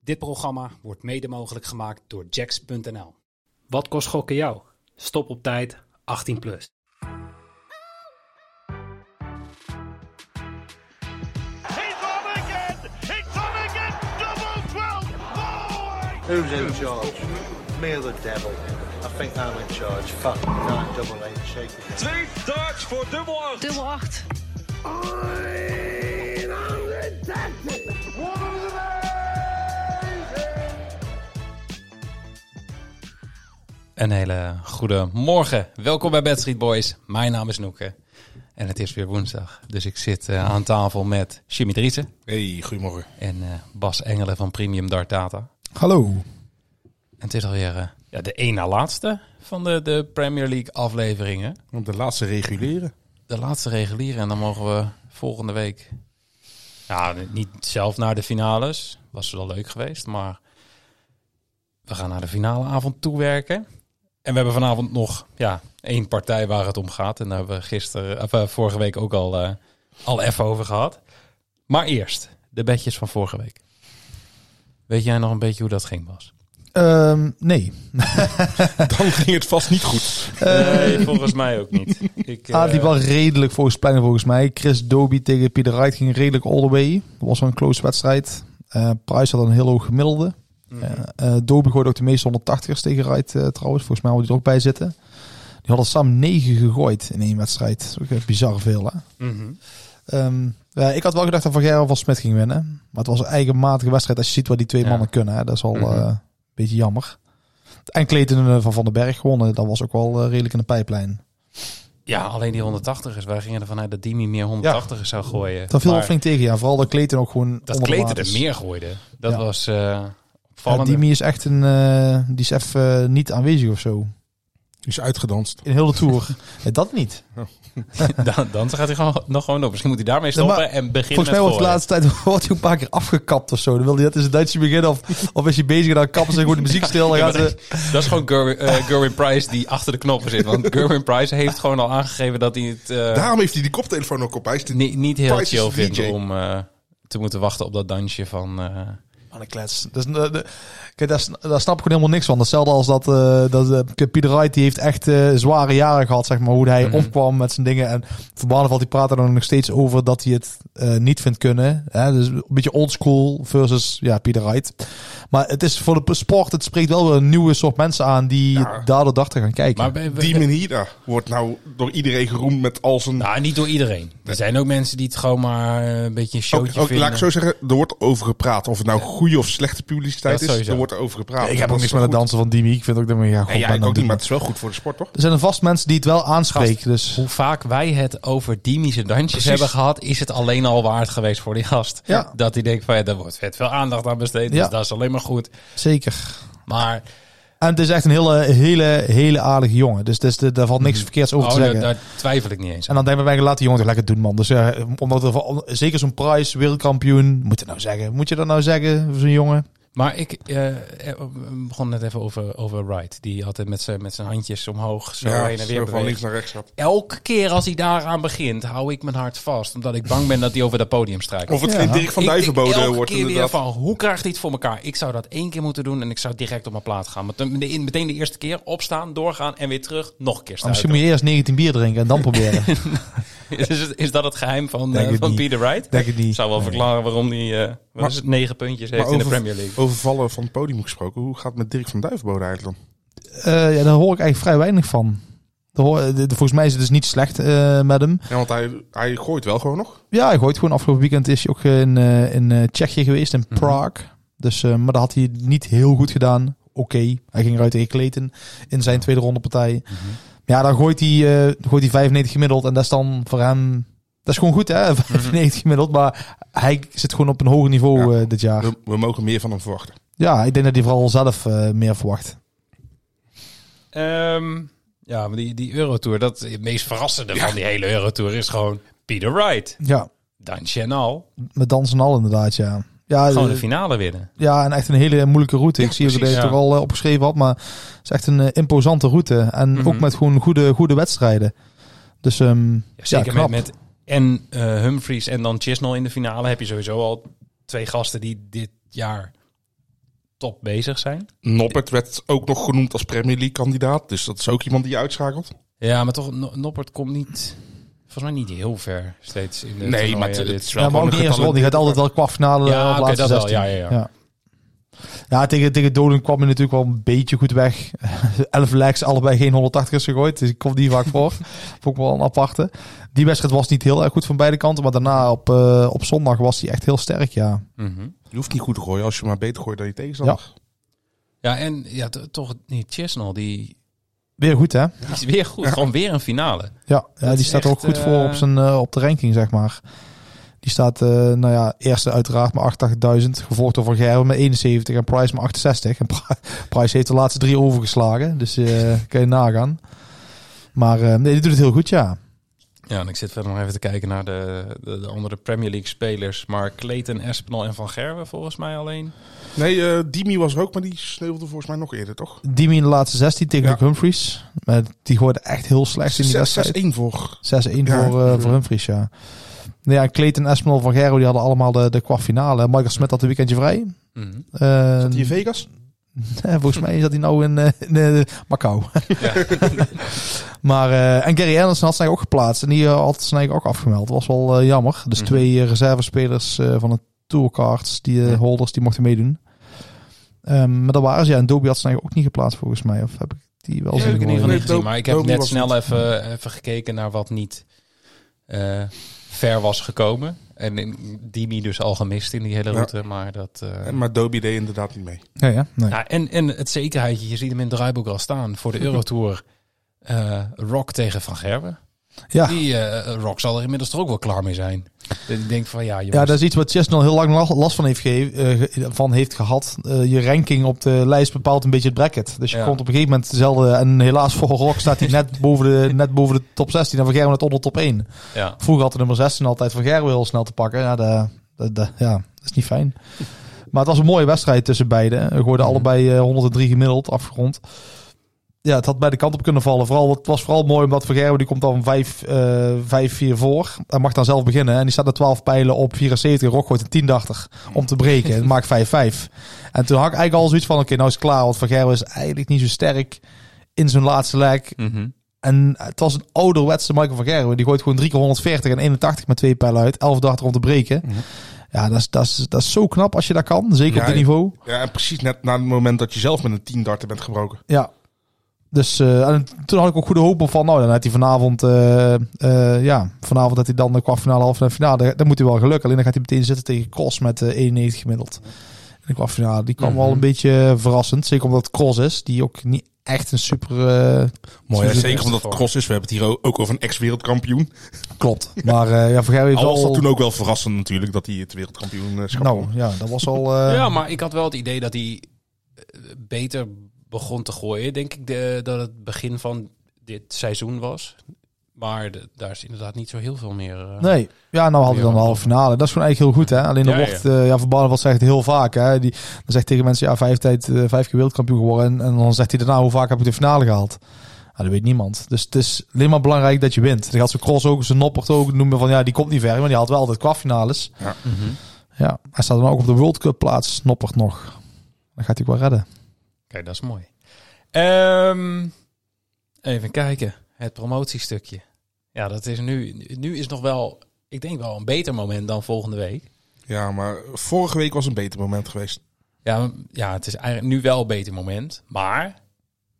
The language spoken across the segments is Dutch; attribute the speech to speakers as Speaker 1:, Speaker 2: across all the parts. Speaker 1: Dit programma wordt mede mogelijk gemaakt door jacks.nl.
Speaker 2: Wat kost gokken jou? Stop op tijd 18 plus.
Speaker 3: He's on again! He's on again! Double 12! Oh,
Speaker 4: Who's in charge? Me or the devil? I think I'm in charge. Fuck, nine double eight, shake it.
Speaker 5: Twee darts voor dubbel acht.
Speaker 6: Dubbel 8.
Speaker 1: Een hele goede morgen. Welkom bij Bad Street Boys. Mijn naam is Noeke. En het is weer woensdag. Dus ik zit eh, aan tafel met Jimmy Driessen
Speaker 7: Hey, goedemorgen.
Speaker 1: en eh, Bas Engelen van Premium Dart Data.
Speaker 7: Hallo.
Speaker 1: En het is alweer eh, ja, de één na laatste van de, de Premier League afleveringen.
Speaker 7: Op de laatste reguleren.
Speaker 1: De laatste reguliere. En dan mogen we volgende week... Ja, niet zelf naar de finales. Was wel leuk geweest. Maar we gaan naar de finale avond toewerken. En we hebben vanavond nog ja, één partij waar het om gaat. En daar hebben we gisteren, of, eh, vorige week ook al, eh, al even over gehad. Maar eerst, de bedjes van vorige week. Weet jij nog een beetje hoe dat ging, Bas?
Speaker 8: Ehm, nee.
Speaker 7: Dan ging het vast niet goed.
Speaker 1: Nee, volgens mij ook niet. Ik, eh,
Speaker 8: Ah, die wel redelijk volgens plannen volgens mij. Chris Dobie tegen Pieter Wright ging redelijk all the way. Dat was wel een close wedstrijd. Eh Price had een heel hoog gemiddelde.
Speaker 1: Mhm.
Speaker 8: Eh eh, Dobie gooide ook de meeste 180ers tegen Wright eh, trouwens. Volgens mij hadden die er ook bij zitten. Die hadden samen 9 gegooid in één wedstrijd. Dat is ook eh, bizar veel hè.
Speaker 1: mhm.
Speaker 8: Ehm, ja, ik had wel gedacht dat Van Gerwen van Smit ging winnen. Maar het was een eigenmatige wedstrijd. Als je ziet wat die twee
Speaker 1: Ja.
Speaker 8: mannen kunnen. Hè. Dat is al
Speaker 1: Mhm.
Speaker 8: eh, een beetje jammer. En Clayton eh, van Van den Berg gewonnen. Dat was ook wel eh, redelijk in de pijplijn.
Speaker 1: Ja, alleen die 180ers. Wij gingen ervan uit dat die niet meer 180ers zou gooien.
Speaker 8: Dat viel wel
Speaker 1: Maar
Speaker 8: flink tegen. Ja. Vooral dat Clayton ook gewoon
Speaker 1: Dat
Speaker 8: onder de
Speaker 1: Kleten
Speaker 8: maat
Speaker 1: er
Speaker 8: is.
Speaker 1: meer gooide. Dat
Speaker 8: Ja.
Speaker 1: was eh
Speaker 8: Ja,
Speaker 1: opvallend.
Speaker 8: Dimi is echt een... eh, die is even eh, niet aanwezig of zo.
Speaker 7: Die is uitgedanst.
Speaker 8: In heel de Tour. Ja, dat niet.
Speaker 1: dan, dan gaat hij gewoon, nog gewoon op. Misschien moet hij daarmee stoppen
Speaker 8: Ja, maar
Speaker 1: en beginnen
Speaker 8: Volgens mij
Speaker 1: met
Speaker 8: wordt de laatste tijd wordt hij een paar keer afgekapt of zo. Dan wil hij dat is het Duitse beginnen. Of, of is hij bezig en dan kappen ze gewoon de muziek stil. Dan
Speaker 1: Ja,
Speaker 8: gaan
Speaker 1: maar
Speaker 8: ze...
Speaker 1: gooien. Dat is gewoon Gerwin, eh, Gerwin Price die achter de knoppen zit. Want Gerwin Price heeft gewoon al aangegeven dat hij het eh,
Speaker 7: Daarom heeft hij die koptelefoon ook op. Hij is dit-
Speaker 1: ni- niet heel
Speaker 7: Price is
Speaker 1: chill
Speaker 7: de
Speaker 1: vindt
Speaker 7: DJ.
Speaker 1: om eh, te moeten wachten op dat dansje van... eh,
Speaker 8: Mannenklets. Dat is, eh, de- kijk, daar, sn- daar snap ik gewoon helemaal niks van. Hetzelfde als dat, eh, dat eh, Pieter Wright, die heeft echt eh, zware jaren gehad, zeg maar, hoe hij
Speaker 7: Mhm.
Speaker 8: opkwam met zijn dingen. En Verbanen valt, die praat er dan nog steeds over dat hij het eh, niet vindt kunnen. Hè? Dus een beetje oldschool versus, ja, Pieter Wright. Maar het is voor de sport, het spreekt wel weer een nieuwe soort mensen aan die
Speaker 7: Ja.
Speaker 8: daardoor dachten gaan kijken.
Speaker 1: maar we- we-
Speaker 7: Die manier daar wordt nou door iedereen geroemd met al zijn...
Speaker 1: nou, niet door iedereen. Er zijn ook mensen die het gewoon maar eh, een beetje een showtje
Speaker 7: ook, ook,
Speaker 1: vinden.
Speaker 7: laat ik zo zeggen, er wordt over gepraat. Of het nou goede of slechte publiciteit
Speaker 1: Dat
Speaker 7: is,
Speaker 1: sowieso.
Speaker 7: er wordt over gepraat.
Speaker 8: ik heb
Speaker 7: Dat
Speaker 8: ook
Speaker 7: is
Speaker 8: niks
Speaker 7: wel
Speaker 8: met het
Speaker 7: goed.
Speaker 8: dansen van Dimi. Ik vind ook dat we ja,
Speaker 7: Nee, ja,
Speaker 8: god, ben
Speaker 7: ik
Speaker 8: dan
Speaker 7: ook niet,
Speaker 8: Dimi.
Speaker 7: maar het is wel goed voor de sport, toch?
Speaker 8: Er zijn er vast mensen die het wel aanspreken, dus...
Speaker 1: hoe vaak wij het over Dimische dansjes hebben gehad, is het alleen al waard geweest voor die gast.
Speaker 8: Ja.
Speaker 1: Dat hij denkt van ja, daar wordt vet veel aandacht aan besteed,
Speaker 8: Ja.
Speaker 1: dus dat is alleen maar goed.
Speaker 8: Zeker.
Speaker 1: Maar
Speaker 8: En het is echt een hele, hele, hele aardige jongen. Dus, dus de- daar valt niks verkeerds over
Speaker 1: oh,
Speaker 8: te
Speaker 1: daar,
Speaker 8: zeggen.
Speaker 1: daar twijfel ik niet eens
Speaker 8: en
Speaker 1: aan.
Speaker 8: dan denken wij, laat die jongen toch lekker doen, man. Dus eh, omdat er, van- zeker zo'n prijs, wereldkampioen, moet je nou zeggen. Moet je dat nou zeggen, voor zo'n jongen?
Speaker 1: Maar ik eh, eh, we begon net even over, over Wright. Die altijd met zijn, met zijn handjes omhoog zo
Speaker 7: Ja,
Speaker 1: heen en weer
Speaker 7: zo van
Speaker 1: beweegt.
Speaker 7: links naar rechts gaat.
Speaker 1: Elke keer als hij daaraan begint, hou ik mijn hart vast. Omdat ik bang ben dat hij over dat podium struikelt.
Speaker 7: Of het geen Dirk van
Speaker 1: Ik denk
Speaker 7: Duivenbode
Speaker 1: elke
Speaker 7: wordt
Speaker 1: keer weer
Speaker 7: inderdaad.
Speaker 1: van, hoe krijgt hij het voor elkaar? Ik zou dat één keer moeten doen en ik zou direct op mijn plaat gaan. Meteen de- meteen de eerste keer opstaan, doorgaan en weer terug, nog een keer
Speaker 7: Ah,
Speaker 8: Maar
Speaker 1: staan.
Speaker 8: misschien moet je eerst 19 bier drinken en dan proberen.
Speaker 1: Is, is- is dat het geheim van,
Speaker 8: Denk
Speaker 1: eh,
Speaker 8: het
Speaker 1: van
Speaker 8: niet.
Speaker 1: Peter Wright?
Speaker 8: Denk het niet.
Speaker 1: zou wel verklaren waarom hij eh, wat
Speaker 7: Maar-
Speaker 1: is het, negen puntjes heeft
Speaker 7: Maar
Speaker 1: in de
Speaker 7: over-
Speaker 1: Premier League.
Speaker 7: Over vallen van het podium gesproken, hoe gaat het met Dirk van Duivenbode eigenlijk dan?
Speaker 8: Eh, ja, daar hoor ik eigenlijk vrij weinig van. Daar hoor- de- de- volgens mij is het dus niet slecht eh, met hem.
Speaker 7: Ja, want hij, hij gooit wel gewoon nog.
Speaker 8: Ja, hij gooit gewoon. Afgelopen weekend is hij ook in, eh, in eh, Tsjechië geweest, in
Speaker 1: Mhm.
Speaker 8: Praag. Dus, eh, maar dat had hij het niet heel goed gedaan. Oké, hij ging eruit tegen Clayton in zijn tweede ronde partij.
Speaker 7: Mhm.
Speaker 8: Ja, dan gooit hij, eh, gooit hij 95 gemiddeld. En dat is dan voor hem... Dat is gewoon goed, hè?
Speaker 7: Mhm.
Speaker 8: 95 gemiddeld. Maar hij zit gewoon op een hoger niveau
Speaker 7: Ja.
Speaker 8: eh, dit jaar.
Speaker 7: We, we mogen meer van hem verwachten.
Speaker 8: Ja, ik denk dat hij vooral zelf eh, meer verwacht.
Speaker 1: Ehm, ja, maar die, die Eurotour, dat het meest verrassende van die hele Eurotour is gewoon Peter Wright.
Speaker 8: Ja,
Speaker 1: Dan Chenal,
Speaker 8: met dansen en al inderdaad, ja. Ja,
Speaker 1: gewoon
Speaker 8: eh,
Speaker 1: de finale winnen.
Speaker 8: Ja, en echt een hele moeilijke route.
Speaker 7: Ja,
Speaker 8: ik zie ook dat
Speaker 7: precies,
Speaker 8: je het
Speaker 1: ja.
Speaker 8: er al eh, opgeschreven had, maar het is echt een eh, imposante route. En
Speaker 1: Mhm.
Speaker 8: ook met gewoon goede, goede wedstrijden. Dus ehm,
Speaker 1: Ja, zeker
Speaker 8: ja, knap.
Speaker 1: met, met en eh, Humphries en dan Chisnell in de finale heb je sowieso al twee gasten die dit jaar top bezig zijn.
Speaker 7: Noppert werd ook nog genoemd als Premier League kandidaat. Dus dat is ook iemand die je uitschakelt.
Speaker 1: Ja, maar toch, No- Noppert komt niet, volgens mij niet heel ver steeds in de
Speaker 7: Nee, maar het,
Speaker 1: toernooien
Speaker 7: het
Speaker 1: dit.
Speaker 7: is wel
Speaker 8: Ja, maar
Speaker 7: gewoon
Speaker 8: ook de
Speaker 7: een
Speaker 8: eerste ronde. Die gaat altijd wel qua finale
Speaker 1: Ja,
Speaker 8: eh,
Speaker 1: oké,
Speaker 8: op laatste
Speaker 1: dat wel.
Speaker 8: 16.
Speaker 1: Ja, ja, ja.
Speaker 8: Ja, tegen, tegen Doden kwam hij natuurlijk wel een beetje goed weg. Elf legs, allebei geen 180ers gegooid. Dus ik kom die vaak voor. Vond ik wel een aparte. Die wedstrijd was niet heel erg goed van beide kanten. Maar daarna op, eh, op zondag was hij echt heel sterk, ja.
Speaker 1: Mhm.
Speaker 7: Je hoeft niet goed te gooien als je maar beter gooit dan je tegenstander.
Speaker 1: Ja, en ja, t- toch, die Chesnall, die,
Speaker 8: Weer goed, hè?
Speaker 1: die is weer goed. Gewoon weer een finale.
Speaker 8: Ja, ja die
Speaker 1: is
Speaker 8: staat er ook
Speaker 1: echt,
Speaker 8: goed voor op,
Speaker 1: eh,
Speaker 8: zijn, eh, op de ranking, zeg maar. Die staat, eh, nou ja, eerste uiteraard met 88.000. Gevolgd door Van Gerwen met 71 en Price met 68. En Pri- Price heeft de laatste drie overgeslagen. Dus eh kan je nagaan. Maar eh, nee, die doet het heel goed, ja.
Speaker 1: Ja, en ik zit verder nog even te kijken naar de, de, de andere Premier League spelers. Maar Clayton, Espinal en Van Gerwen volgens mij alleen.
Speaker 7: Nee, eh Dimi was er ook, maar die sneuvelde volgens mij nog eerder, toch?
Speaker 8: Dimi in de laatste 16 tegen
Speaker 7: Ja.
Speaker 8: Luke Humphries. Maar die gooide echt heel slecht in die wedstrijd.
Speaker 7: 6-1 voor.
Speaker 8: 6-1
Speaker 7: Ja,
Speaker 8: voor, eh
Speaker 7: ja.
Speaker 8: voor Humphries, ja. Nou ja, Clayton, Espinal, Van Gerwen, die hadden allemaal de, de kwartfinale. Michael Smit had een weekendje vrij.
Speaker 1: Mhm.
Speaker 8: Eh,
Speaker 7: Die in Vegas?
Speaker 8: Eh, Volgens mij zat hij nou in, eh, in eh, Macau.
Speaker 1: Ja.
Speaker 8: Maar, eh, en Gary Anderson had zijn ook geplaatst. En die eh, had zijn eigen ook afgemeld. Dat was wel eh, jammer. Dus
Speaker 1: Mhm.
Speaker 8: twee eh, reservespelers eh, van de tourcards, die eh, holders, die mochten meedoen. Ehm, maar dat waren ze. Ja, en Dobie had zijn eigen ook niet geplaatst volgens mij. Of heb ik die wel
Speaker 1: Die heb
Speaker 8: zien
Speaker 1: ik in ieder geval
Speaker 8: gooien?
Speaker 1: niet gezien. Maar ik heb
Speaker 7: Domi
Speaker 1: net
Speaker 7: was
Speaker 1: snel
Speaker 7: niet.
Speaker 1: even, even gekeken naar wat niet eh, ver was gekomen. En in- Dimi dus al gemist in die hele
Speaker 7: Ja.
Speaker 1: route. Maar dat... eh,
Speaker 7: En- Maar Dobie deed inderdaad niet mee.
Speaker 8: Ja, ja. Nee.
Speaker 1: ja, en, en het zekerheidje, je ziet hem in de draaiboek al staan voor de Eurotour. eh, Rock tegen Van Gerwen.
Speaker 8: Ja.
Speaker 1: Die eh, Rock zal er inmiddels toch ook wel klaar mee zijn. Dus ik denk van ja, jongens,
Speaker 8: Ja, dat is iets wat Chesnall heel lang la- last van heeft, gehe- eh, ge- van heeft gehad. Eh, je ranking op de lijst bepaalt een beetje het bracket. Dus je
Speaker 1: Ja.
Speaker 8: komt op een gegeven moment dezelfde. En helaas voor Rock staat hij net, boven de, net boven de top 16. En van Gerwen het onder top 1.
Speaker 1: ja.
Speaker 8: Vroeger had de nummer 16 altijd van Gerwen heel snel te pakken. Ja, dat, dat, dat- ja, dat is niet fijn. Maar het was een mooie wedstrijd tussen beiden. We gooiden
Speaker 1: Mhm.
Speaker 8: allebei eh, 103 gemiddeld afgerond. Ja, het had bij de kant op kunnen vallen. Vooral, het was vooral mooi omdat Van Gerwen die komt dan 5 4 voor. Hij mag dan zelf beginnen. En die staat er 12 pijlen op 74. Rock gooit een 1080 om te breken. Het maakt 5-5. En toen had ik eigenlijk al zoiets van... Oké, nou is het klaar. Want Van Gerwen is eigenlijk niet zo sterk in zijn laatste leg.
Speaker 1: Mhm.
Speaker 8: En het was een ouderwetse Michael van Gerwen. Die gooit gewoon 3 keer 140 en 81 met twee pijlen uit. 11 dagen om te breken. Ja, dat is, dat, is, dat is zo knap als je dat kan. Zeker
Speaker 7: Ja,
Speaker 8: op dit
Speaker 7: ja.
Speaker 8: niveau.
Speaker 7: Ja, en precies net na het moment dat je zelf met een 10 darten bent gebroken.
Speaker 8: Ja. Dus eh, en toen had ik ook goede hoop op van... Nou, dan had hij vanavond... eh, eh, ja, vanavond dat hij dan de kwartfinale, halve en finale... Dan, dan moet hij wel geluk. Alleen dan gaat hij meteen zitten tegen Cross met eh, 91 gemiddeld. In de kwartfinale. Die kwam wel
Speaker 1: Mhm.
Speaker 8: een beetje eh, verrassend. Zeker omdat het Cross is. Die ook niet echt een super... eh,
Speaker 7: Mooi,
Speaker 8: hè?
Speaker 7: zeker omdat het cross is. We hebben het hier ook over een ex-wereldkampioen.
Speaker 8: klopt. Maar eh, ja, van Gerwen heeft
Speaker 7: Al was
Speaker 8: wel...
Speaker 7: dat toen ook wel verrassend natuurlijk, dat hij het wereldkampioenschap
Speaker 8: Nou,
Speaker 7: won.
Speaker 8: ja, dat was al... eh,
Speaker 1: ja, maar ik had wel het idee dat hij eh, beter begon te gooien. Denk ik de, dat het begin van dit seizoen was. Maar de- daar is inderdaad niet zo heel veel meer. eh,
Speaker 8: Nee, ja, nou hadden we dan de halve finale. Dat is gewoon eigenlijk heel goed, hè? Alleen dan
Speaker 1: Ja,
Speaker 8: wordt, eh, ja, Van Barneveld zegt heel vaak, hè? Die, dan zegt tegen mensen, ja, vijf, tijd, eh, vijf keer wereldkampioen geworden. En, en dan zegt hij daarna, hoe vaak heb ik de finale gehaald? Ja, dat weet niemand. Dus het is alleen maar belangrijk dat je wint. Dan gaat zo'n cross ook, zijn noppert ook noemen van, ja, die komt niet ver, maar die haalt wel altijd kwartfinales.
Speaker 7: Ja.
Speaker 1: Mhm.
Speaker 8: Ja, hij staat dan ook op de World Cup plaats, noppert nog. Dan gaat hij ook wel redden.
Speaker 1: Kijk, dat is mooi. Ehm, even kijken. Het promotiestukje. Ja, dat is nu. Nu is nog wel. Ik denk wel een beter moment dan volgende week.
Speaker 7: Ja, maar vorige week was een beter moment geweest.
Speaker 1: Ja, ja het is eigenlijk nu wel een beter moment. Maar.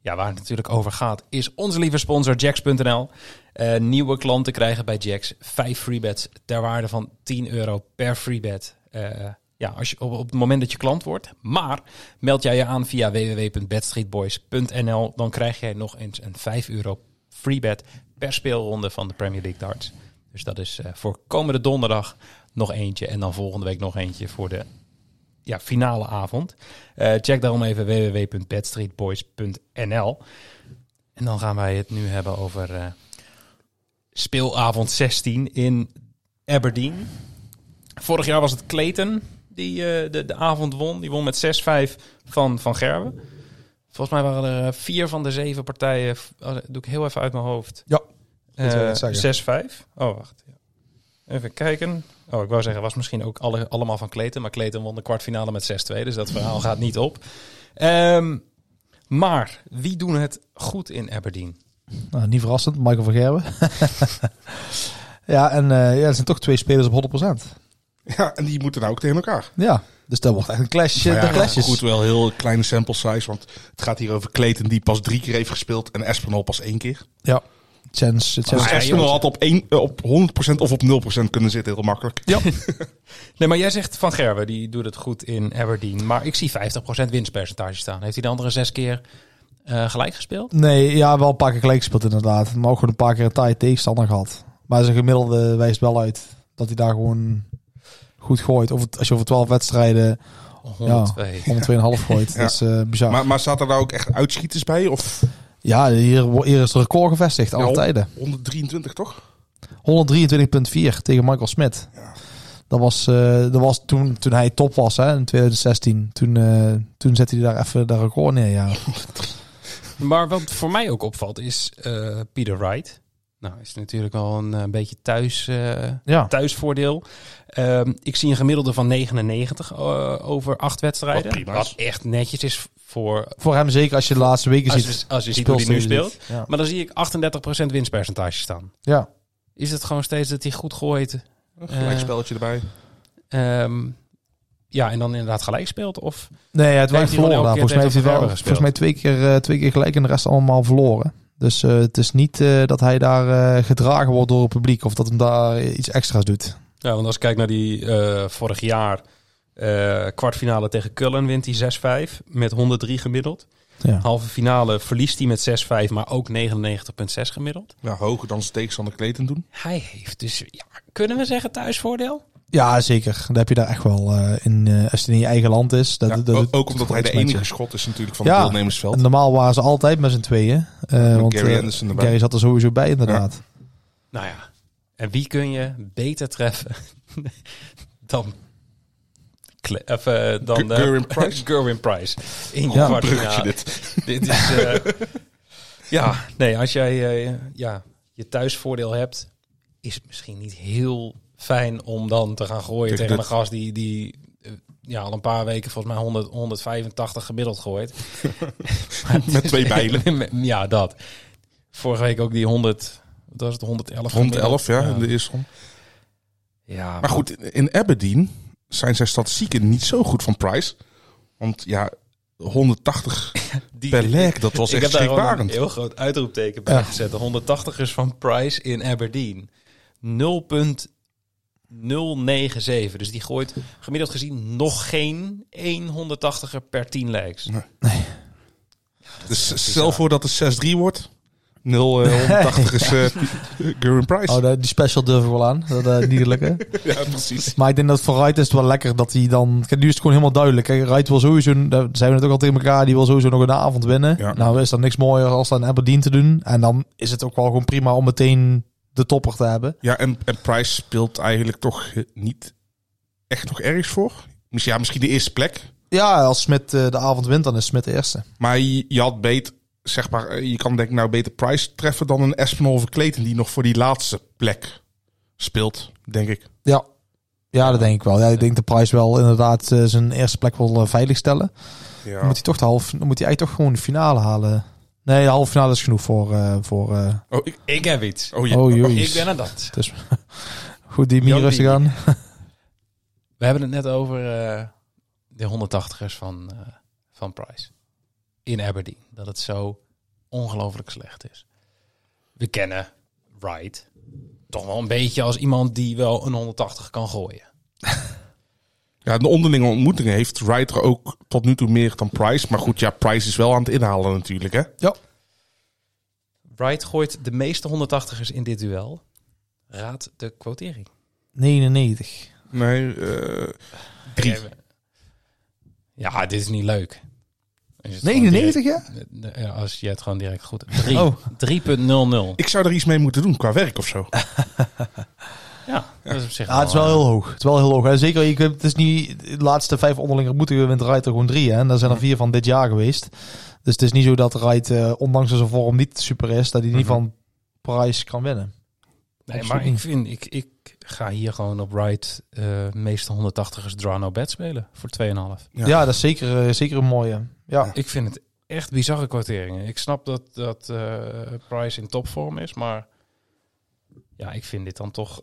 Speaker 1: Ja, waar het natuurlijk over gaat, is onze lieve sponsor Jax.nl. Eh, nieuwe klanten krijgen bij Jax 5 freebets ter waarde van 10 euro per freebet. Eh ja, als je, op, op het moment dat je klant wordt. Maar meld jij je aan via www.bedstreetboys.nl. Dan krijg jij nog eens een 5 euro freebet per speelronde van de Premier League darts. Dus dat is eh, voor komende donderdag nog eentje. En dan volgende week nog eentje voor de ja, finale avond. Eh, check daarom even www.bedstreetboys.nl. En dan gaan wij het nu hebben over eh, speelavond 16 in Aberdeen. Vorig jaar was het Clayton die eh, de, de avond won. Die won met 6-5 van Van Gerwen. Volgens mij waren er eh, vier van de zeven partijen. f- oh, dat doe ik heel even uit mijn hoofd.
Speaker 8: Ja, wil ik
Speaker 1: Eh,
Speaker 8: zeggen.
Speaker 1: 6-5. Oh, wacht. Ja. Even kijken. Oh, ik wou zeggen, was misschien ook alle, allemaal van Kleten. Maar Kleten won de kwartfinale met 6-2. Dus dat verhaal gaat niet op. Ehm, maar wie doen het goed in Aberdeen?
Speaker 8: Nou, niet verrassend, Michael van Gerwen. ja, en eh, ja, er zijn toch twee spelers op 100%.
Speaker 7: Ja, en die moeten nou ook tegen elkaar.
Speaker 8: Ja, dus dat wordt echt een clash eh,
Speaker 7: Maar
Speaker 8: de
Speaker 7: ja,
Speaker 8: clashes.
Speaker 7: goed, wel heel kleine sample size. Want het gaat hier over Clayton die pas drie keer heeft gespeeld en Espinol pas één keer.
Speaker 8: Ja, chance. chance.
Speaker 7: Dus Espinol had op, één, eh, op 100% of op 0% kunnen zitten, heel makkelijk. Ja.
Speaker 1: Nee, maar jij zegt Van Gerwen, die doet het goed in Aberdeen. Maar ik zie 50% winstpercentage staan. Heeft hij de andere zes keer eh, gelijk gespeeld?
Speaker 8: Nee, ja, wel een paar keer gelijk gespeeld inderdaad. Maar ook gewoon een paar keer een taaie tegenstander gehad. Maar zijn gemiddelde wijst wel uit dat hij daar gewoon goed gooit. Of het, als je over 12 wedstrijden
Speaker 1: 102.
Speaker 8: om 2,5 gooit. Dat is eh, bizar.
Speaker 7: Maar, maar zaten daar ook echt uitschieters bij? Of
Speaker 8: ja, hier, wo- hier is het record gevestigd, alle
Speaker 7: Ja,
Speaker 8: tijden.
Speaker 7: 123 toch?
Speaker 8: 123,4 tegen Michael Smit. Dat was, eh, dat was toen, toen hij top was hè, in 2016. Toen, eh, toen zette hij daar even dat record neer. Ja.
Speaker 1: Maar wat voor mij ook opvalt is eh Peter Wright. Nou, is natuurlijk al een, eh, beetje thuis, eh,
Speaker 8: ja.
Speaker 1: thuisvoordeel. Ehm, ik zie een gemiddelde van 99 eh, over acht wedstrijden.
Speaker 7: Wat prima is.
Speaker 1: wat echt netjes is voor
Speaker 8: Voor hem zeker als je de laatste weken
Speaker 1: als
Speaker 8: ziet.
Speaker 1: je, als je ziet hoe hij nu
Speaker 8: speelstijl
Speaker 1: speelt.
Speaker 8: die hij doet. Ja.
Speaker 1: Maar dan zie ik 38% winstpercentage staan.
Speaker 8: ja.
Speaker 1: Is het gewoon steeds dat hij goed gooit?
Speaker 7: Een gelijkspelletje erbij.
Speaker 1: Ehm, ja, en dan inderdaad gelijk speelt? Of
Speaker 8: Nee, ja, het
Speaker 1: Heeft
Speaker 8: werd
Speaker 1: hij gewoon
Speaker 8: verloren.
Speaker 1: elke
Speaker 8: daar.
Speaker 1: keer
Speaker 8: Volgens mij heeft hij
Speaker 1: tegen
Speaker 8: wel,
Speaker 1: Verwergen
Speaker 8: volgens mij twee keer, eh, twee keer gelijk en de rest allemaal verloren. Dus eh, het is niet eh, dat hij daar eh, gedragen wordt door het publiek of dat hem daar iets extra's doet.
Speaker 1: Ja, want als ik kijk naar die eh, vorig jaar eh, kwartfinale tegen Cullen, wint hij 6-5 met 103 gemiddeld.
Speaker 8: Ja.
Speaker 1: Halve finale verliest hij met 6-5, maar ook 99,6 gemiddeld.
Speaker 7: Ja, hoger dan zijn tegenstander Clayton doen.
Speaker 1: Hij heeft dus, ja, kunnen we zeggen thuisvoordeel?
Speaker 8: ja, zeker. Dan heb je daar echt wel eh, in, eh, als het in je eigen land is. Dat,
Speaker 7: Ja,
Speaker 8: dat- dat-
Speaker 7: ook, ook omdat hij de
Speaker 8: dat-
Speaker 7: enige schot is natuurlijk van
Speaker 8: Ja.
Speaker 7: het deelnemersveld.
Speaker 8: En normaal waren ze altijd met z'n tweeën. eh, want
Speaker 7: Gary
Speaker 8: eh,
Speaker 7: Anderson erbij.
Speaker 8: Gary zat er sowieso bij, inderdaad.
Speaker 1: Nou ja, en wie kun je beter treffen dan... Kle- of, eh, dan
Speaker 7: Gu-
Speaker 1: eh,
Speaker 7: Gerwin Price?
Speaker 1: Gerwin Price. In je
Speaker 8: Ja.
Speaker 7: Bruggetje
Speaker 1: kwartfinale.
Speaker 7: dit.
Speaker 1: Dit is. eh, ja, nee, als jij eh, ja, je thuisvoordeel hebt, is het misschien niet heel fijn om dan te gaan gooien
Speaker 7: Tegen
Speaker 1: tegen een
Speaker 7: dit.
Speaker 1: gast die. die eh, ja, al een paar weken volgens mij 100, 185 gemiddeld gooit.
Speaker 7: Met twee bijlen.
Speaker 1: ja, dat. Vorige week ook die 100, wat was het, 111? gemiddeld.
Speaker 7: 111, ja, in de eerste ronde.
Speaker 1: Ja,
Speaker 7: Maar goed, in Aberdeen zijn zijn statistieken niet zo goed van Price. Want ja, 180
Speaker 1: die,
Speaker 7: per leg, dat was
Speaker 1: ik
Speaker 7: echt
Speaker 1: heb daar gewoon een
Speaker 7: schrikbarend.
Speaker 1: heel groot uitroepteken bij
Speaker 8: Ja.
Speaker 1: gezet. De 180ers van Price in Aberdeen. 0,097. Dus die gooit gemiddeld gezien nog geen 180er per 10 likes.
Speaker 7: Dus stel voor dat het 6-3 wordt. 0, eh, 180 is eh Gurren Price.
Speaker 8: Oh, daar- die special durf ik wel aan. Dat eh, niet lukken.
Speaker 7: ja, precies.
Speaker 8: Maar ik denk dat voor Wright is het wel lekker dat hij dan... Kijk, nu is het gewoon helemaal duidelijk. Kijk, Wright wil sowieso... Daar zijn we het ook al tegen elkaar. Die wil sowieso nog een avond winnen.
Speaker 7: Ja.
Speaker 8: Nou is dan niks mooier als dan Aberdeen te doen. En dan is het ook wel gewoon prima om meteen de topper te hebben.
Speaker 7: Ja, en, en Price speelt eigenlijk toch eh, niet echt nog ergens voor. Misschien, ja, misschien de eerste plek.
Speaker 8: Ja, als Smit eh, de avond wint, dan is Smit de eerste.
Speaker 7: Maar je, je had beet, zeg maar, eh, je kan denk ik nou beter Price treffen dan een Espinol of een Clayton die nog voor die laatste plek speelt, denk ik.
Speaker 8: Ja. Ja, dat denk ik wel. Ja, ik denk de prijs wel inderdaad eh, zijn eerste plek wil veilig veiligstellen. Dan moet hij toch de half, dan moet hij eigenlijk toch gewoon de finale halen. Nee, de halve finale is genoeg voor. eh, voor eh,
Speaker 7: Oh, ik,
Speaker 1: Ik heb iets.
Speaker 7: oh, ja.
Speaker 8: oh, joh.
Speaker 1: Ik ben aan dat.
Speaker 8: Dus, goed, die meer
Speaker 1: Jan
Speaker 8: rustig
Speaker 1: Dieter.
Speaker 8: aan.
Speaker 1: We hebben het net over eh, de 180ers van, eh, van Price. In Aberdeen. Dat het zo ongelooflijk slecht is. We kennen Wright toch wel een beetje als iemand die wel een 180 kan gooien.
Speaker 7: ja, de onderlinge ontmoetingen heeft Wright er ook tot nu toe meer dan Price. Maar goed, ja, Price is wel aan het inhalen natuurlijk, hè.
Speaker 8: Ja.
Speaker 1: Wright gooit de meeste 180ers in dit duel. Raad de quotering.
Speaker 8: 99.
Speaker 7: Nee, eh, drie.
Speaker 1: Ja, dit is niet leuk. Als je het gewoon
Speaker 8: 99, ja?
Speaker 1: direct- Ja, als je het gewoon direct goed hebt. Drie.
Speaker 8: Oh.
Speaker 1: 3.00.
Speaker 7: Ik zou er iets mee moeten doen qua werk of zo.
Speaker 1: Ja, dat is op zich
Speaker 8: Ja, het is wel heel hoog. Het is wel heel hoog. En zeker, ik, het is niet de laatste vijf onderlinge moeten we wint Wright er gewoon drie. Hè? En daar zijn er vier van dit jaar geweest. Dus het is niet zo
Speaker 1: Mhm.
Speaker 8: dat Wright, eh, ondanks dat zijn vorm niet super is, dat hij niet van prijs kan winnen.
Speaker 1: Nee,
Speaker 8: Absoluut
Speaker 1: maar ik
Speaker 8: niet.
Speaker 1: vind, ik, ik ga hier gewoon op Wright eh meeste 180ers draw no bet spelen voor 2,5.
Speaker 7: Ja.
Speaker 8: Ja, dat is zeker, eh, zeker een mooie. Ja,
Speaker 1: Ik vind het echt bizarre kwarteringen. Ik snap dat, dat eh, Price in topvorm is, maar ja, ik vind dit dan toch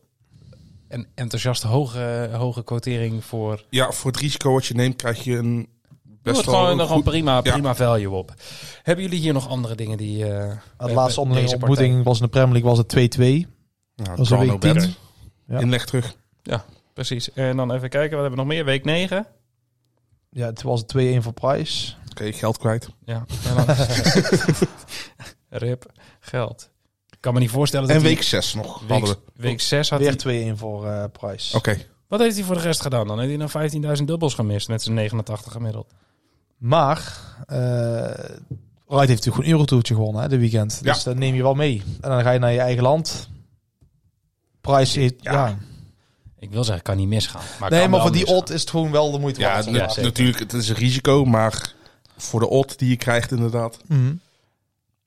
Speaker 1: een enthousiast hoge, hoge quotering voor...
Speaker 7: Ja, voor het risico wat je neemt krijg je een
Speaker 1: Doe
Speaker 7: best
Speaker 1: Nou, het gewoon,
Speaker 7: wel
Speaker 1: gewoon prima,
Speaker 7: Ja.
Speaker 1: prima value op. Hebben jullie hier nog andere dingen die... eh,
Speaker 8: de
Speaker 1: bij- bij
Speaker 8: laatste onderlinge
Speaker 1: deze
Speaker 8: ontmoeting was in de Premier League was het 2-2.
Speaker 7: Ja,
Speaker 8: was een
Speaker 7: draw no
Speaker 8: week tien.
Speaker 7: bet.
Speaker 8: Ja.
Speaker 7: Inleg terug.
Speaker 1: Precies. En dan even kijken, wat hebben we nog meer? Week 9.
Speaker 8: Ja, toen was het 2-1 voor Price.
Speaker 7: Oké, geld kwijt.
Speaker 1: Ja. En dan... Rip, geld. Ik kan me niet voorstellen dat
Speaker 7: En
Speaker 1: hij-
Speaker 7: week 6 nog hadden we.
Speaker 1: week, week 6 had hij...
Speaker 8: Weer 2-1 voor eh Price.
Speaker 7: Oké,
Speaker 1: Wat heeft hij voor de rest gedaan dan? Heeft hij nou 15.000 dubbels gemist met zijn 89 gemiddeld?
Speaker 8: Maar eh Wright heeft natuurlijk een Eurotoertje gewonnen hè, dit weekend.
Speaker 7: Ja.
Speaker 8: Dus dat neem je wel mee. En dan ga je naar je eigen land. Price heeft... Ja.
Speaker 1: Ik wil zeggen, kan niet misgaan. Maar
Speaker 8: Nee,
Speaker 1: kan
Speaker 8: maar
Speaker 1: wel
Speaker 8: voor die
Speaker 1: misgaan.
Speaker 8: odd is het gewoon wel de moeite
Speaker 7: ja,
Speaker 8: waard.
Speaker 7: na-
Speaker 1: zeker.
Speaker 7: natuurlijk, het is een risico, maar voor de odd die je krijgt inderdaad.
Speaker 8: Mhm.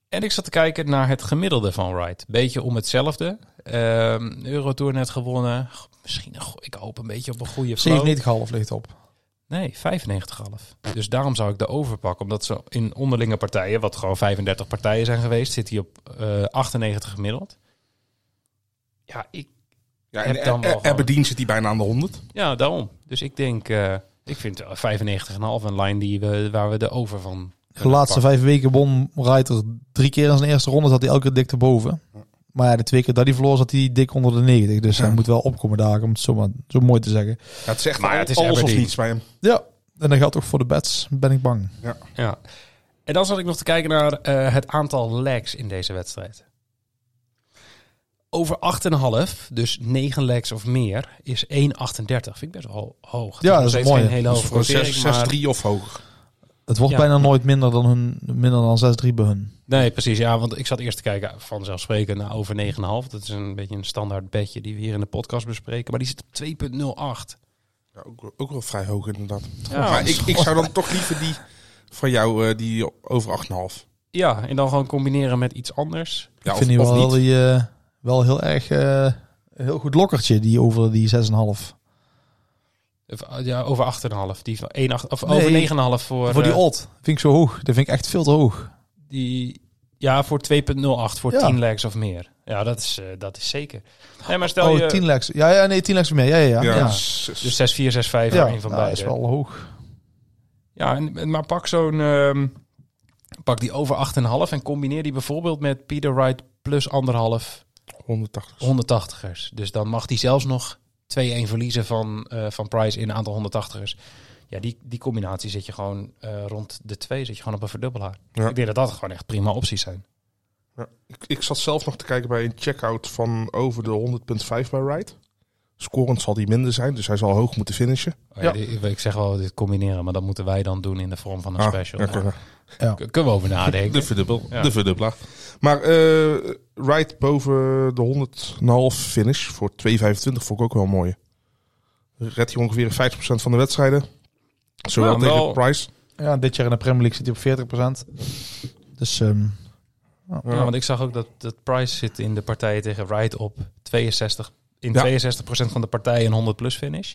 Speaker 1: En ik zat te kijken naar het gemiddelde van Wright. Beetje om hetzelfde. Ehm Eurotour net gewonnen. Goh, Misschien, een go- ik hoop een beetje op een goede flow.
Speaker 8: 97,5 ligt op.
Speaker 1: Nee, 95,5. Dus daarom zou ik de overpakken. Omdat ze in onderlinge partijen, wat gewoon 35 partijen zijn geweest, zit hij op eh 98 gemiddeld. Ja, ik,
Speaker 7: Ja,
Speaker 1: Heb dan
Speaker 7: en
Speaker 1: wel
Speaker 7: A-
Speaker 1: gewoon-
Speaker 7: Aberdeen zit die bijna aan de 100.
Speaker 1: ja daarom. Dus ik denk, eh, ik vind 95,5 een line die we, waar we de over van.
Speaker 8: De laatste vijf weken won Reiter drie keer in zijn eerste ronde. Zat hij elke keer dik erboven. Maar ja, de twee keer dat hij verloor, zat hij dik onder de 90. Dus hij moet wel opkomen daar, om het zo, maar, zo mooi te zeggen.
Speaker 7: Ja, het is echt
Speaker 1: Maar
Speaker 7: al-
Speaker 1: het is
Speaker 7: alles of
Speaker 1: Aberdeen.
Speaker 7: niets bij hem.
Speaker 8: Ja, en dat geldt ook voor de bets, ben ik bang.
Speaker 1: Ja. En dan zat ik nog te kijken naar eh, het aantal legs in deze wedstrijd. Over 8,5, dus 9 legs of meer, is 1,38. Vind ik best wel hoog. Het
Speaker 8: Ja,
Speaker 1: nog
Speaker 8: dat is
Speaker 1: steeds
Speaker 8: mooi,
Speaker 1: geen
Speaker 8: hè?
Speaker 1: hele hoge
Speaker 7: Dus Voor
Speaker 1: quotering,
Speaker 7: 6,
Speaker 1: maar-
Speaker 7: 3 of hoger.
Speaker 8: Het wordt
Speaker 1: Ja.
Speaker 8: bijna nooit minder dan, hun, minder dan 6-3 bij hun.
Speaker 1: Nee, precies. Ja, want ik zat eerst te kijken eh, vanzelfsprekend naar over 9,5. Dat is een beetje een standaard bedje die we hier in de podcast bespreken. Maar die zit op 2,08.
Speaker 7: Ja, ook, wel- ook wel vrij hoog inderdaad.
Speaker 1: Ja,
Speaker 7: maar ik, ik zou dan toch liever die van jou, eh, die over 8,5.
Speaker 1: Ja, en dan gewoon combineren met iets anders.
Speaker 7: Ja,
Speaker 8: ik
Speaker 7: of,
Speaker 8: vind die
Speaker 7: of
Speaker 8: wel,
Speaker 7: niet.
Speaker 8: die, eh, wel heel erg eh, een heel goed lokkertje, die over die 6,5.
Speaker 1: Of, eh, Ja, over 8,5. Die van 1,8 of
Speaker 8: Nee,
Speaker 1: over 9,5 voor,
Speaker 8: Voor die
Speaker 1: eh,
Speaker 8: odd vind ik zo hoog. Dat vind ik echt veel te hoog.
Speaker 1: die ja, voor 2,08 voor
Speaker 8: Ja.
Speaker 1: 10 legs of meer. Ja, dat is, eh, dat is zeker. Nee, maar stel
Speaker 8: oh,
Speaker 1: je
Speaker 8: 10 legs. Ja, ja, nee, 10 legs meer. Ja, ja, ja.
Speaker 7: Ja,
Speaker 8: ja. ja.
Speaker 7: s- s-
Speaker 1: dus 6, 4, 6, 5
Speaker 8: ja.
Speaker 1: een van
Speaker 8: dat
Speaker 1: beide.
Speaker 8: is wel hoog.
Speaker 1: Ja, en, en- maar pak zo'n ehm, pak die over 8,5 en combineer die bijvoorbeeld met Peter Wright plus anderhalf
Speaker 7: 180.
Speaker 1: 180ers. Dus dan mag die zelfs nog 2-1 verliezen van, eh, van Price in een aantal 180ers. Ja, die, die combinatie zit je gewoon eh, rond de 2, zit je gewoon op een verdubbelaar.
Speaker 7: Ja.
Speaker 1: Ik denk dat dat gewoon echt prima opties zijn.
Speaker 7: Ik, ik zat zelf nog te kijken bij een checkout van over de 100.5 bij Wright. Scorend zal die minder zijn, dus hij zal hoog moeten finishen.
Speaker 1: Oh ja, die- Ik zeg wel dit combineren, maar dat moeten wij dan doen in de vorm van een special.
Speaker 7: Ah, ja,
Speaker 1: Ja.
Speaker 7: kunnen.
Speaker 1: Kun- Kunnen we over
Speaker 7: De,
Speaker 1: nadenken.
Speaker 7: verdubbel,
Speaker 1: Ja.
Speaker 7: de verdubbelaar. Maar eh Wright boven de 100,5 finish voor 2,25 vond ik ook wel mooi. Redt hij ongeveer 50% van de wedstrijden. Zowel
Speaker 1: Nou,
Speaker 7: tegen
Speaker 1: wel-
Speaker 7: Price.
Speaker 8: Ja, dit jaar in de Premier League zit hij op 40%. Dus ehm,
Speaker 1: Ja, want ik zag ook dat, dat Price zit in de partijen tegen Wright op 62, in
Speaker 7: Ja.
Speaker 1: 62% van de partijen een 100 plus finish.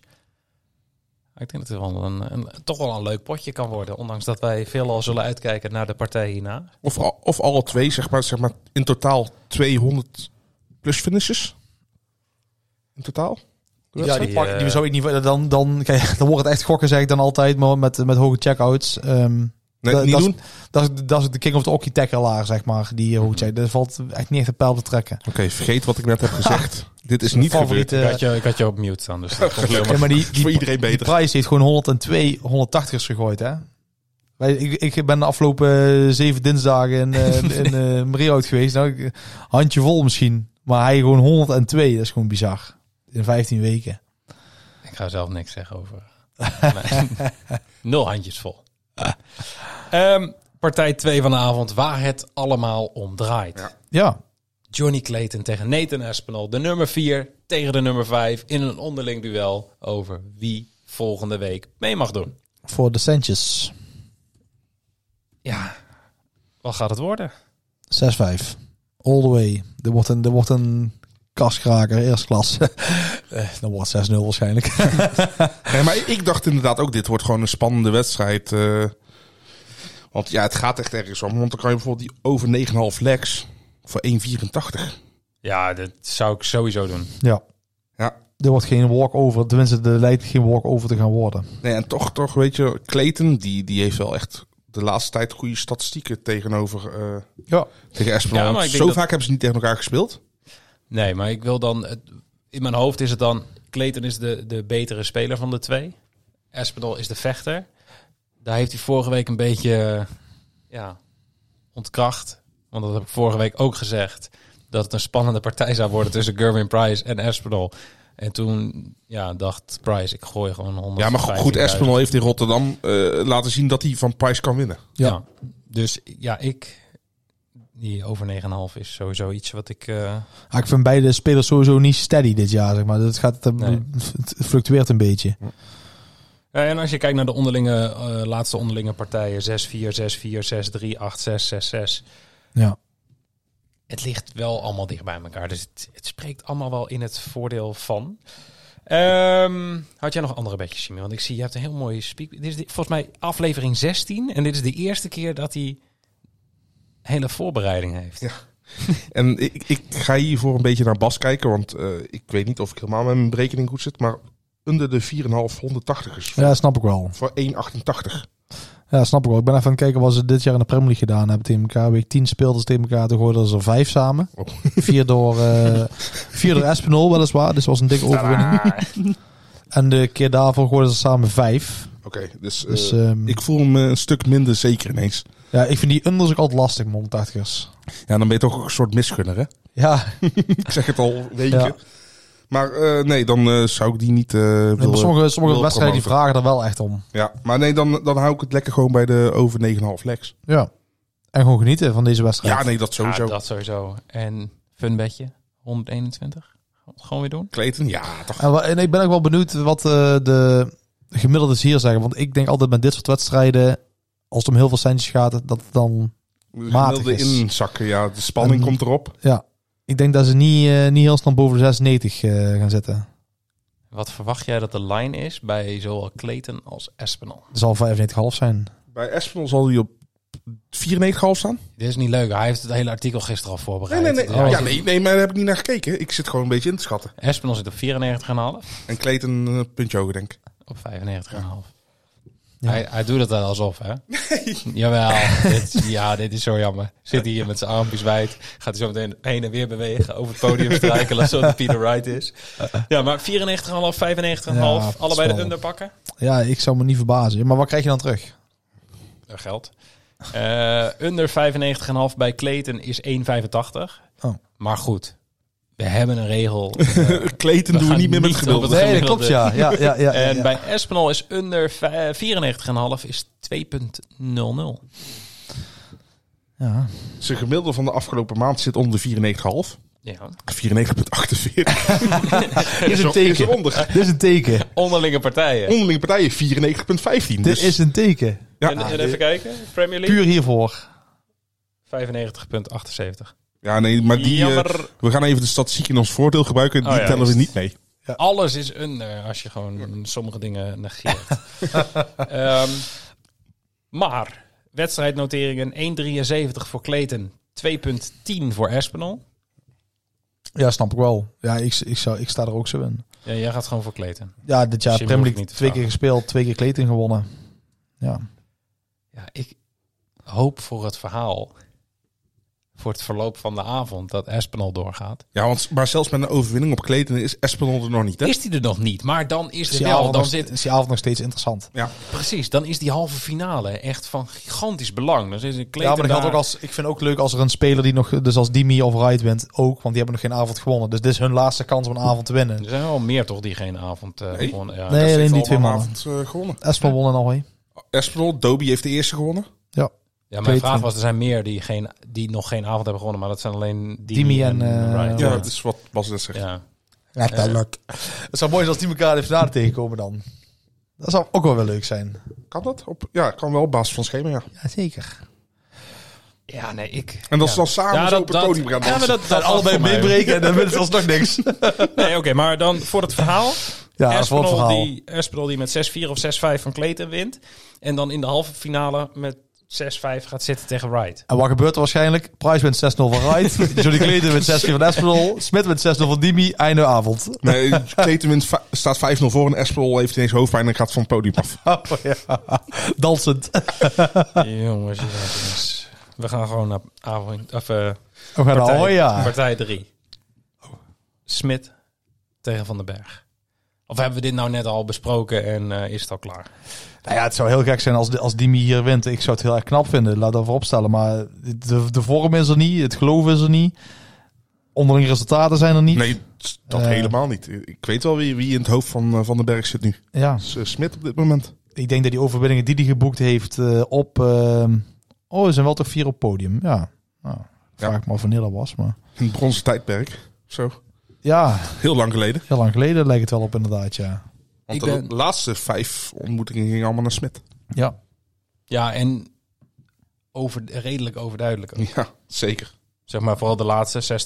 Speaker 1: Ik denk dat het wel een, een- toch wel een leuk potje kan worden. Ondanks dat wij veelal zullen uitkijken naar de partij hierna.
Speaker 7: Of, al- of alle twee, zeg maar, zeg maar in totaal 200 plus finishes. In totaal.
Speaker 8: ja, die,
Speaker 1: die,
Speaker 8: pak,
Speaker 1: eh,
Speaker 8: die zou ik niet... Dan, dan, kijk, dan wordt het echt gokken, zeg ik dan altijd, maar met, met hoge checkouts. Ehm
Speaker 7: Nee,
Speaker 8: dat,
Speaker 7: niet
Speaker 8: dat is-
Speaker 7: doen?
Speaker 8: Dat is, dat is de king of the hockey tackelaar, zeg maar. Die hoog check. Daar valt echt niet echt een pijl te trekken.
Speaker 7: Oké, vergeet wat ik net heb gezegd. Dit is niet gebeurd.
Speaker 8: Ah, favoriete...
Speaker 1: Ik, had je, ik had je op mute staan, dus dat komt
Speaker 7: Gelukkig.
Speaker 1: helemaal
Speaker 8: Ja, maar die,
Speaker 7: Voor
Speaker 8: die,
Speaker 7: iedereen
Speaker 8: die
Speaker 7: beter.
Speaker 8: prijs heeft gewoon 102 180ers gegooid, hè? Wij- Ik, ik ben de afgelopen eh, zeven dinsdagen in, eh in eh, Meerhout geweest. Nou, ik- handje vol misschien. Maar hij gewoon 102. Dat is gewoon bizar. In 15 weken.
Speaker 1: Ik ga zelf niks zeggen over. Nee. Nul handjes vol. Ehm, partij 2 van de avond, waar het allemaal om draait.
Speaker 8: Ja,
Speaker 1: Johnny Clayton tegen Nathan Espinal, de nummer 4 tegen de nummer 5 in een onderling duel over wie volgende week mee mag doen.
Speaker 8: voor de centjes.
Speaker 1: Ja, wat gaat het worden?
Speaker 8: 6-5. All the way. Er wordt een, er wordt een kaskraker, eerste klas. Eh, dan wordt het 6-0 waarschijnlijk.
Speaker 7: Nee, maar ik dacht inderdaad ook, dit wordt gewoon een spannende wedstrijd. eh. want ja, het gaat echt ergens om. Want dan kan je bijvoorbeeld die over 9,5 legs voor 1,84.
Speaker 1: Ja, dat zou ik sowieso doen.
Speaker 8: ja.
Speaker 7: Ja.
Speaker 8: Er wordt geen walk-over. Tenminste, er lijkt geen walk-over te gaan worden.
Speaker 7: Nee, en toch, toch weet je, Clayton, die, die heeft wel echt de laatste tijd goede statistieken tegenover eh
Speaker 8: Ja.
Speaker 7: tegen Espelon.
Speaker 1: Ja, maar ik denk
Speaker 7: Zo
Speaker 1: dat-
Speaker 7: vaak hebben ze niet tegen elkaar gespeeld.
Speaker 1: Nee, maar ik wil dan... het- In mijn hoofd is het dan... Clayton is de, de betere speler van de twee. Espinol is de vechter. Daar heeft hij vorige week een beetje eh, ja, ontkracht. Want dat heb ik vorige week ook gezegd. Dat het een spannende partij zou worden tussen Gerwin Price en Espinol. En toen ja, dacht Price, ik gooi gewoon 100.
Speaker 7: Ja, maar go- goed, Espinol heeft in Rotterdam eh, laten zien dat hij van Price kan winnen.
Speaker 1: Ja. Dus ja, ik... Die over 9,5 is sowieso iets wat ik... eh,
Speaker 8: Ah, ik vind beide spelers sowieso niet steady dit jaar, zeg maar. Het, gaat,
Speaker 1: Nee.
Speaker 8: het fluctueert een beetje.
Speaker 1: Ja, Eh, en als je kijkt naar de onderlinge, eh, laatste onderlinge partijen, 6-4, 6-4, 6-3, 8-6, 6-6.
Speaker 8: Ja.
Speaker 1: Het ligt wel allemaal dicht bij elkaar. Dus het, het spreekt allemaal wel in het voordeel van. Ehm, had jij nog andere bedjes, Simon? Want ik zie, je hebt een heel mooie speak. Dit is de- volgens mij aflevering 16. En dit is de eerste keer dat hij hele voorbereiding heeft. Ah,
Speaker 7: Ja. En ik, ik ga hiervoor een beetje naar Bas kijken, want eh, ik weet niet of ik helemaal met mijn berekening goed zit, maar onder de 4,5 180ers
Speaker 8: ja, dat snap ik wel.
Speaker 7: voor 1,88.
Speaker 8: Ja, dat snap ik wel. Ik ben even aan het kijken wat ze dit jaar in de Premier League gedaan hebben tegen elkaar. Week 10 speelden ze tegen elkaar. Toen gooiden ze er vijf samen.
Speaker 7: Oh.
Speaker 8: Vier door, eh vier door Espinol weliswaar. Dus dat was een dikke overwinning. en de keer daarvoor gooiden ze samen vijf.
Speaker 7: Oké, dus, eh,
Speaker 8: Dus ehm,
Speaker 7: ik voel me een stuk minder zeker ineens.
Speaker 8: ja, ik vind die unders ook altijd lastig, man, 80ers.
Speaker 7: Ja, dan ben je toch ook een soort misgunner, hè?
Speaker 8: Ja,
Speaker 7: Ik zeg het al weken.
Speaker 8: Ja.
Speaker 7: Maar eh, nee, dan eh, zou ik die niet eh
Speaker 8: nee, maar
Speaker 7: willen-
Speaker 8: sommige, sommige
Speaker 7: wil
Speaker 8: wedstrijden die
Speaker 7: promoten.
Speaker 8: vragen er wel echt om.
Speaker 7: Ja, maar nee, dan, dan hou ik het lekker gewoon bij de over 9,5 legs.
Speaker 8: Ja. En gewoon genieten van deze wedstrijd.
Speaker 7: Ja, nee, dat sowieso.
Speaker 1: Ja, dat sowieso. En fun bedje, 121. Gewoon weer doen.
Speaker 7: Clayton, ja, toch.
Speaker 8: En, wa- en ik ben ook wel benieuwd wat eh, de gemiddeldes hier zeggen. Want ik denk altijd met dit soort wedstrijden, als het om heel veel centjes gaat, dat het dan... matig
Speaker 7: Gemiddelde
Speaker 8: is.
Speaker 7: inzakken, ja. De spanning
Speaker 8: En-
Speaker 7: komt erop.
Speaker 8: Ja, ik denk dat ze niet, eh, niet heel snel boven de 96 eh, gaan zitten.
Speaker 1: Wat verwacht jij dat de line is bij zowel Clayton als Espinal?
Speaker 8: Het zal 95,5 zijn.
Speaker 7: Bij Espinol zal hij op 94,5 staan.
Speaker 1: Dit is niet leuk. Hij heeft het hele artikel gisteren al voorbereid.
Speaker 7: Nee, nee, nee.
Speaker 1: Dus
Speaker 7: Ja,
Speaker 1: hij-
Speaker 7: nee, nee, maar daar heb ik niet naar gekeken. Ik zit gewoon een beetje in te schatten.
Speaker 1: Espinal zit op 94,5.
Speaker 7: En Clayton een puntje hoger, denk ik.
Speaker 1: Op 95,5.
Speaker 8: Ja.
Speaker 1: Hij, hij doet het dan alsof, hè? Jawel. dit, ja, dit is zo jammer. Zit hij hier met zijn armpjes wijd. Gaat hij zo meteen heen en weer bewegen. Over het podium strijkelen. zodat Peter Wright is. Ja, maar 94,5, 95,5.
Speaker 8: Ja, het is
Speaker 1: allebei de
Speaker 8: wel-
Speaker 1: under pakken.
Speaker 8: Ja, ik zou me niet verbazen. Maar wat krijg je dan terug?
Speaker 1: Dat geldt. Eh, under 95,5 bij Clayton is 1,85.
Speaker 8: Oh.
Speaker 1: Maar goed. We hebben een regel. eh,
Speaker 7: Clayton
Speaker 1: We
Speaker 7: doen we
Speaker 1: gaan
Speaker 7: niet meer met
Speaker 1: niet op
Speaker 7: geduld.
Speaker 1: het-
Speaker 8: Nee, dat
Speaker 1: gemiddelde.
Speaker 8: klopt ja. ja, ja, ja, ja,
Speaker 1: En
Speaker 8: ja.
Speaker 1: bij Espinal is under vij- 94,5 is 2,00.
Speaker 8: Ja.
Speaker 7: Zijn gemiddelde van de afgelopen maand zit onder de 94,5.
Speaker 1: Ja.
Speaker 7: 94,48.
Speaker 8: Dit is een
Speaker 7: Is
Speaker 8: teken.
Speaker 7: onder.
Speaker 8: Dit is een teken.
Speaker 1: Onderlinge partijen.
Speaker 7: Onderlinge partijen 94,15.
Speaker 8: Dit
Speaker 7: Dus
Speaker 8: is een teken.
Speaker 7: ja,
Speaker 1: en, eh, en even kijken, Premier League
Speaker 8: Puur hiervoor.
Speaker 1: 95,78.
Speaker 7: ja, nee, maar die. eh,
Speaker 1: Jammer.
Speaker 7: we gaan even de statistiek in ons voordeel gebruiken. Die
Speaker 1: Oh ja,
Speaker 7: tellen we
Speaker 1: juist.
Speaker 7: niet mee.
Speaker 1: Alles is under als je gewoon sommige dingen negeert. Ehm, maar, wedstrijdnoteringen 1,73 voor Clayton, 2,10 voor Espinal.
Speaker 8: Ja, snap ik wel. Ja, ik, ik, zou, ik sta er ook zo in.
Speaker 1: Ja, jij gaat gewoon voor Clayton.
Speaker 8: Ja, dit jaar
Speaker 1: Misschien
Speaker 8: Premier
Speaker 1: hoef ik
Speaker 8: League
Speaker 1: niet te
Speaker 8: twee keer
Speaker 1: vragen.
Speaker 8: gespeeld, twee keer Clayton gewonnen. Ja.
Speaker 1: Ja, ik hoop voor het verhaal, voor het verloop van de avond, dat Espinal doorgaat.
Speaker 7: Ja, want, maar zelfs met een overwinning op Clayton is Espelon er nog niet. Hè?
Speaker 1: is die er nog niet. Maar dan is
Speaker 8: Is
Speaker 1: het
Speaker 8: die,
Speaker 1: wel.
Speaker 8: avond
Speaker 1: Dan
Speaker 8: nog,
Speaker 1: zit,
Speaker 8: is die avond nog steeds interessant.
Speaker 1: precies, dan is die halve finale echt van gigantisch belang. Dan is een
Speaker 8: Ja, maar dat
Speaker 1: daar,
Speaker 8: geldt ook als, ik vind het ook leuk als er een speler die nog, dus als Dimi of Wright wint, ook, want die hebben nog geen avond gewonnen. Dus dit is hun laatste kans om een avond te winnen.
Speaker 1: Er zijn wel meer toch die geen avond eh
Speaker 7: Nee.
Speaker 1: gewoon, ja.
Speaker 8: Nee, alleen die twee mannen.
Speaker 7: Vanavond eh, gewonnen.
Speaker 8: Espel won en alweer.
Speaker 7: Espelon, Doby heeft de eerste gewonnen.
Speaker 8: Ja.
Speaker 1: ja, mijn
Speaker 8: Clayton.
Speaker 1: vraag was, er zijn meer die, geen, die nog geen avond hebben gewonnen. Maar dat zijn alleen Dimi,
Speaker 8: Dimi en,
Speaker 1: en,
Speaker 8: eh,
Speaker 1: Wright.
Speaker 7: Ja,
Speaker 8: Ja.
Speaker 7: dat is wat Bas net zegt.
Speaker 1: Ja.
Speaker 8: Echt dat leuk. Het zou mooi zijn als die elkaar even daar tegenkomen dan. Dat zou ook wel weer leuk zijn.
Speaker 7: Kan dat? Op, ja, kan wel op basis van schema, ja.
Speaker 8: Jazeker.
Speaker 1: Ja, nee, ik.
Speaker 7: En dat ze dan
Speaker 1: Ja,
Speaker 7: samen zo op het podium
Speaker 1: ja,
Speaker 7: gaan
Speaker 1: maar
Speaker 7: dansen.
Speaker 1: dat, dat allebei
Speaker 8: meebreken en dan winnen ze alsnog niks.
Speaker 1: Nee, oké, maar dan voor het verhaal.
Speaker 8: Ja, dat is wel het
Speaker 1: Espinol,
Speaker 8: verhaal.
Speaker 1: die, Espinol die met 6-4 of 6-5 van Clayton wint. En dan in de halve finale met 6-5 gaat zitten tegen Wright.
Speaker 8: En wat gebeurt er waarschijnlijk? Price wint 6-0 van Wright. Johnny Clayton wint 6-4 van Espinol. Smit wint 6-0 van Dimi. Einde avond.
Speaker 7: Nee, Clayton wint va- staat 5-0 voor en Espel heeft ineens hoofdpijn en gaat van het podium af.
Speaker 8: Oh, ja. Dansend.
Speaker 1: jongens, jongens. We gaan gewoon naar avond, of, eh,
Speaker 8: We gaan naar
Speaker 1: partij,
Speaker 8: Hoya.
Speaker 1: partij 3. Smit tegen Van den Berg. Of hebben we dit nou net al besproken en eh, is het al klaar?
Speaker 8: Nou ja, het zou heel gek zijn als, als Dimi hier wint. Ik zou het heel erg knap vinden. Laat dat vooropstellen. Maar de, de vorm is er niet. Het geloof is er niet. Onderlinge resultaten zijn er niet.
Speaker 7: Nee, t- dat
Speaker 8: Eh.
Speaker 7: helemaal niet. Ik weet wel wie, wie in het hoofd van, eh, van den Berg zit nu.
Speaker 8: Ja.
Speaker 7: Dat is eh, Smit op dit moment.
Speaker 8: Ik denk dat die overwinningen die hij geboekt heeft eh, op... eh, oh, er zijn wel toch vier op podium. Ja. Nou, vraag
Speaker 7: Ja.
Speaker 8: ik me af wanneer dat was. Maar...
Speaker 7: In het bronzen tijdperk. Zo.
Speaker 8: Ja,
Speaker 7: Heel lang geleden.
Speaker 8: heel lang geleden lijkt het wel op inderdaad, ja.
Speaker 7: Want
Speaker 1: Ik
Speaker 7: de
Speaker 1: ben-
Speaker 7: laatste vijf ontmoetingen gingen allemaal naar Smit.
Speaker 8: Ja.
Speaker 1: Ja, en over, redelijk overduidelijk ook.
Speaker 7: Ja, zeker.
Speaker 1: Zeg maar vooral de laatste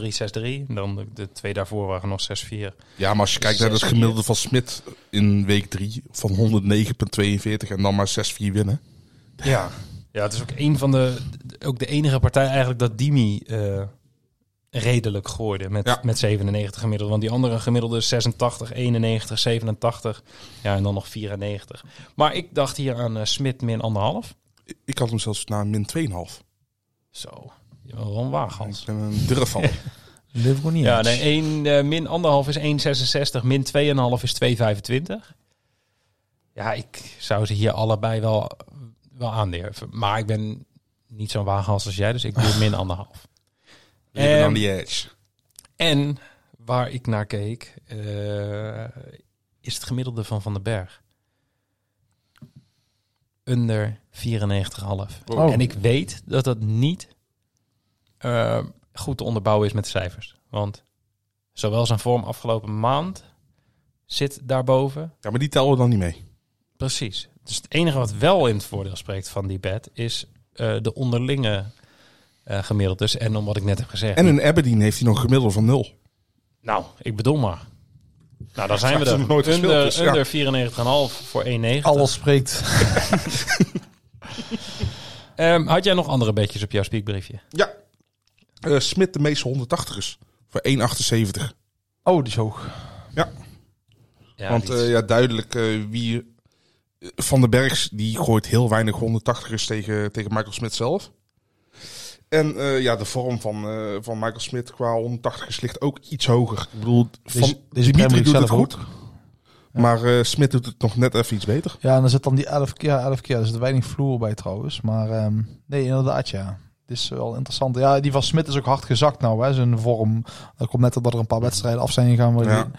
Speaker 1: 6-2, 6-3, 6-3. Dan de, de twee daarvoor waren nog 6-4.
Speaker 7: Ja, maar als je kijkt naar het gemiddelde van Smit in week 3 van 109,42 en dan maar 6-4 winnen.
Speaker 1: Ja. Ja, het is ook een van de, ook de enige partij eigenlijk dat Dimi eh, redelijk gooide met,
Speaker 7: Ja.
Speaker 1: met 97 gemiddeld. Want die andere gemiddelde is 86, 91, 87. Ja, en dan nog 94. Maar ik dacht hier aan eh, Smit min anderhalf.
Speaker 7: Ik had hem zelfs naar min 2,5.
Speaker 1: Zo, je bent wel een waaghals.
Speaker 7: Ik ben een durfval.
Speaker 8: Liverpool niet
Speaker 1: Ja,
Speaker 8: eens.
Speaker 1: nee, één, eh, min anderhalf is 1,66, min 2,5 is 2,25. Ja, ik zou ze hier allebei wel, wel aandurven. Maar ik ben niet zo'n waaghals als jij, dus ik doe min anderhalf.
Speaker 7: Even
Speaker 1: Ehm,
Speaker 7: on the edge.
Speaker 1: En waar ik naar keek, eh, is het gemiddelde van Van den Berg. Under 94,5.
Speaker 8: Oh.
Speaker 1: En ik weet dat dat niet eh, goed te onderbouwen is met de cijfers. Want zowel zijn vorm afgelopen maand zit daarboven.
Speaker 7: Ja, maar die tellen we dan niet mee.
Speaker 1: Precies. Dus het enige wat wel in het voordeel spreekt van die bed is eh, de onderlinge eh gemiddeldes. En om wat ik net heb gezegd.
Speaker 7: En in Aberdeen heeft hij nog een gemiddelde van 0.
Speaker 1: Nou, ik bedoel maar. Nou, daar zijn we
Speaker 7: Straks
Speaker 1: er.
Speaker 7: nog nooit gespeeld,
Speaker 1: Under,
Speaker 7: dus ja.
Speaker 1: under 94,5 voor 1,9.
Speaker 8: Alles spreekt.
Speaker 1: Ehm, had jij nog andere bedjes op jouw speakbriefje?
Speaker 7: Ja. Eh, Smit de meeste 180ers. Voor 1,78.
Speaker 8: Oh, die is hoog.
Speaker 1: Ja,
Speaker 7: Want eh, ja, duidelijk eh, wie... eh, Van den Bergs, die gooit heel weinig 180ers tegen, tegen Michael Smit zelf. En eh, ja, de vorm van, eh, van Michael Smit qua 180ers ligt ook iets hoger. Ik bedoel,
Speaker 8: Deze-
Speaker 7: van,
Speaker 8: deze Premier
Speaker 7: Dimitri
Speaker 8: League
Speaker 7: doet het
Speaker 8: zelf
Speaker 7: goed. Maar eh, Smit doet het nog net even iets beter.
Speaker 8: Ja, en er zit dan die 11 keer, 11 keer. Er zit weinig vloer bij trouwens. Maar ehm, nee, inderdaad, ja. Het is wel interessant. Ja, die van Smit is ook hard gezakt nou, hè, zijn vorm. Dat komt net omdat er een paar wedstrijden af zijn gegaan. waar
Speaker 7: Ja.
Speaker 8: die-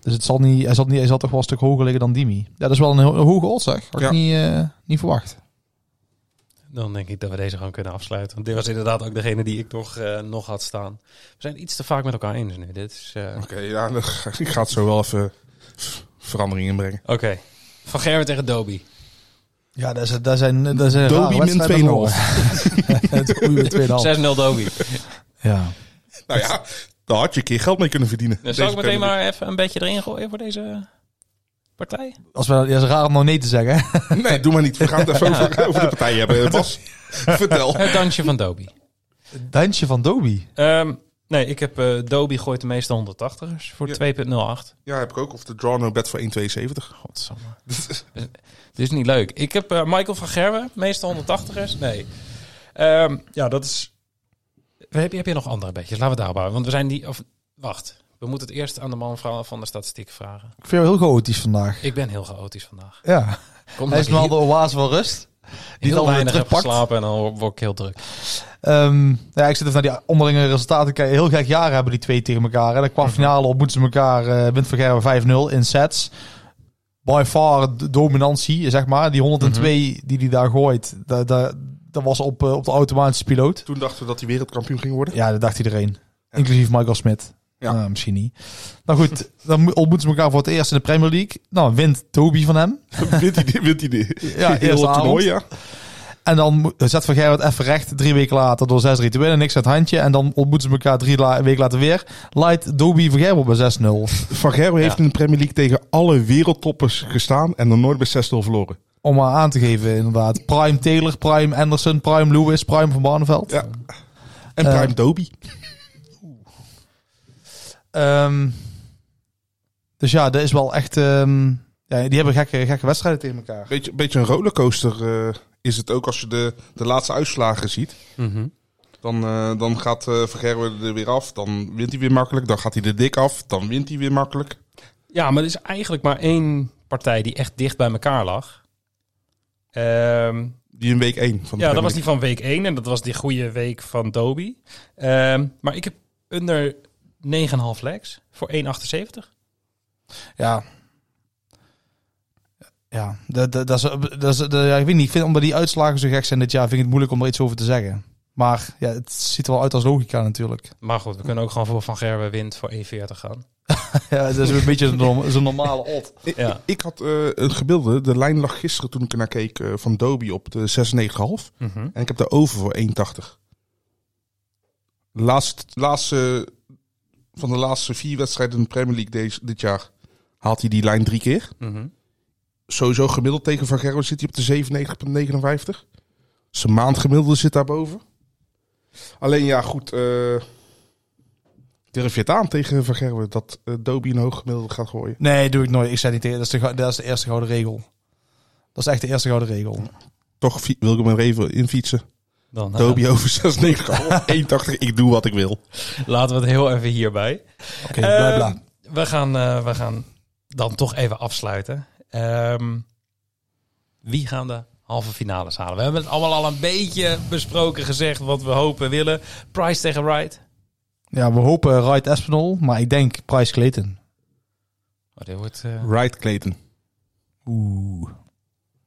Speaker 8: Dus het zal niet, hij, zal niet, hij zal toch wel een stuk hoger liggen dan Dimi. Ja, dat is wel een, ho- een hoge odds, zeg. Had
Speaker 7: Ja.
Speaker 8: ik niet, eh, niet verwacht.
Speaker 1: Dan denk ik dat we deze gewoon kunnen afsluiten. Want dit was inderdaad ook degene die ik nog, eh, nog had staan. We zijn iets te vaak met elkaar eens nu. Dit is... eh, Oké.
Speaker 7: Oké, ja, dan ga- ik ga het zo wel even v- verandering inbrengen.
Speaker 1: Van Gerwen tegen Doby.
Speaker 8: Ja, daar zijn, daar zijn, daar zijn
Speaker 7: Dobie min
Speaker 1: 6-0
Speaker 8: 2,5. Dobie min 2,5.
Speaker 1: Doby.
Speaker 8: Ja.
Speaker 7: Nou ja, daar had je een keer geld mee kunnen verdienen.
Speaker 1: Dan
Speaker 7: Deze
Speaker 1: zal ik meteen
Speaker 7: Premier
Speaker 1: maar even een beetje erin gooien voor deze partij?
Speaker 8: Als we, ja, het is raar om nou nee te zeggen. hè.
Speaker 7: Nee, doe maar niet. We gaan het even over, over de partij hebben. Bas, vertel.
Speaker 1: Het dansje van Doby.
Speaker 8: Het Dansje van Dobie.
Speaker 1: Ehm, nee, ik heb... eh Doby gooit de meeste 180ers voor
Speaker 7: Ja.
Speaker 1: 2,08.
Speaker 7: Ja, heb ik ook. Of de draw no bet voor 1,72.
Speaker 1: Godsamme. Het is niet leuk. Ik heb eh, Michael van Gerwen, meestal 180ers. Nee. Ehm, ja, dat is... Heb je, heb je nog andere bedjes? Laten we het daarbij. Want we zijn die... Of, wacht. We moeten het eerst aan de man vrouw van de statistiek vragen.
Speaker 8: Ik vind jou heel chaotisch vandaag.
Speaker 1: Ik ben heel chaotisch vandaag.
Speaker 8: Ja.
Speaker 1: Kom
Speaker 8: Hij is
Speaker 1: ik
Speaker 8: wel de
Speaker 1: heel,
Speaker 8: oase van rust. Die
Speaker 1: heel
Speaker 8: dan weer
Speaker 1: weinig heb
Speaker 8: terugpakt.
Speaker 1: geslapen en dan word ik heel druk.
Speaker 8: Ehm, nou ja, ik zit even naar die onderlinge resultaten te kijken. Heel gek jaar hebben die twee tegen elkaar. En de kwartfinale ontmoeten ze elkaar. eh wint van Gerwen 5-0 in sets. By far de dominantie, zeg maar. Die 102 die hij daar gooit, dat, dat, dat was op, eh, op de automatische piloot.
Speaker 7: Toen dachten we dat hij wereldkampioen ging worden.
Speaker 8: Ja, dat dacht iedereen. Inclusief Michael Smit.
Speaker 7: Ja.
Speaker 8: Ja. misschien niet. Nou goed, dan mo- ontmoeten ze elkaar voor het eerst in de Premier League. Nou, wint Toby van hem.
Speaker 7: wint hij dit? Wint hij dit?
Speaker 8: Ja,
Speaker 7: Heel
Speaker 8: eerste
Speaker 7: het
Speaker 8: avond.
Speaker 7: toernooi, ja.
Speaker 8: En dan mo- zet Van Gerwen het even recht drie weken later door 6-3 te winnen. Niks aan het handje. En dan ontmoeten ze elkaar drie la- weken later weer. Leidt Dobie Van Gerwen op bij 6-0.
Speaker 7: Van Gerwen heeft in de Premier League tegen alle wereldtoppers gestaan en nog nooit bij 6-0 verloren.
Speaker 8: Om maar aan te geven inderdaad. Prime Taylor, Prime Anderson, Prime Lewis, Prime Van Barneveld.
Speaker 7: Ja. En
Speaker 8: Eh,
Speaker 7: Prime Dobie.
Speaker 8: Ehm, dus ja, dat is wel echt... ehm, ja, die hebben gekke, gekke wedstrijden tegen elkaar.
Speaker 7: Beetje, beetje een rollercoaster eh, is het ook als je de, de laatste uitslagen ziet.
Speaker 1: Mhm.
Speaker 7: Dan, eh, dan gaat eh Van Gerwen er weer af, dan wint hij weer makkelijk. Dan gaat hij er dik af, dan wint hij weer makkelijk.
Speaker 1: Ja, maar er is eigenlijk maar één partij die echt dicht bij elkaar lag. Ehm,
Speaker 7: Die in week 1 van de
Speaker 1: ja, dat
Speaker 7: Premier
Speaker 1: was die van week 1 en dat was die goede week van Doby. Ehm, maar ik heb onder 9,5 legs voor 1,78.
Speaker 8: Ja. Ja, dat, dat, dat is, dat is, dat- ja, ik weet niet. Ik vind, omdat die uitslagen zo gek zijn dit jaar, vind ik het moeilijk om er iets over te zeggen. Maar ja, het ziet er wel uit als logica natuurlijk.
Speaker 1: Maar goed, we kunnen ook gewoon voor Van Gerwen wint voor 1,40 gaan.
Speaker 8: Ja, dat is een beetje zo'n norm- zo'n normale odd.
Speaker 7: Ik,
Speaker 1: Ja.
Speaker 7: ik- ik had eh, een gebilde, de lijn lag gisteren toen ik ernaar keek eh, van Dobie op de 96,5.
Speaker 1: Mhm.
Speaker 7: En ik heb de over voor 1,80. Laatst, laatste, van de laatste vier wedstrijden in de Premier League deze, dit jaar haalt hij die lijn drie keer.
Speaker 1: Mhm.
Speaker 7: Sowieso gemiddeld tegen Van Gerwen zit hij op de 97,59. Zijn maandgemiddelde zit daarboven. Alleen ja, goed. eh, durf je het aan tegen Van Gerwen dat eh Dobie een hoog gemiddelde gaat gooien?
Speaker 8: Nee, doe ik nooit. Ik zei niet tegen. Dat is de, gou- dat is de eerste gouden regel. Dat is echt de eerste gouden regel.
Speaker 7: Toch fi- wil ik hem er even in fietsen.
Speaker 1: Dan, eh,
Speaker 7: Dobie over 6,9. 1,80. Ik doe wat ik wil.
Speaker 1: laten we het heel even hierbij.
Speaker 8: Oké, bla bla.
Speaker 1: Ehm, we, gaan, eh, we gaan dan toch even afsluiten. Ehm, wie gaan de halve finales halen? We hebben het allemaal al een beetje besproken, gezegd wat we hopen en willen. Price tegen Wright.
Speaker 8: Ja, we hopen Wright Espinol, maar ik denk Price Clayton.
Speaker 1: Oh, dit wordt, eh,
Speaker 7: Right, Clayton.
Speaker 8: Oeh.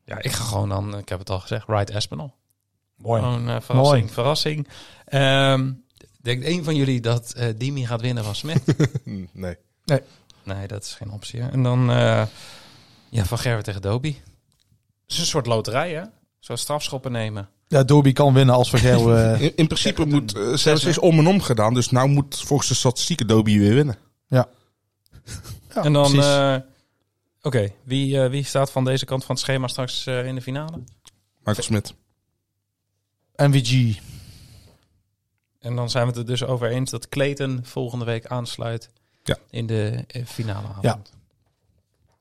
Speaker 1: ja, ik ga gewoon dan, ik heb het al gezegd, Wright Espinal.
Speaker 8: Mooi.
Speaker 1: Gewoon eh, verrassing,
Speaker 8: Mooi.
Speaker 1: verrassing. Ehm, denkt een van jullie dat eh, Dimi gaat winnen van Smit?
Speaker 7: Hm, Nee.
Speaker 1: Nee, dat is geen optie. hè. En dan eh, ja, Van Gerwen tegen Doby. Het is een soort loterij, hè? Zo strafschoppen nemen.
Speaker 8: Ja, Dobie kan winnen als eh, Vergerwe.
Speaker 7: In, in principe moet eh, zelfs is om en om gedaan. Dus nou moet volgens de statistieken Dobie weer winnen.
Speaker 1: en dan,
Speaker 8: precies.
Speaker 1: eh, oké, wie, eh, wie staat van deze kant van het schema straks eh, in de finale?
Speaker 7: Michael Smit.
Speaker 8: MVG.
Speaker 1: En dan zijn we het er dus over eens dat Clayton volgende week aansluit
Speaker 7: Ja.
Speaker 1: in de eh, finale. avond.
Speaker 8: Ja.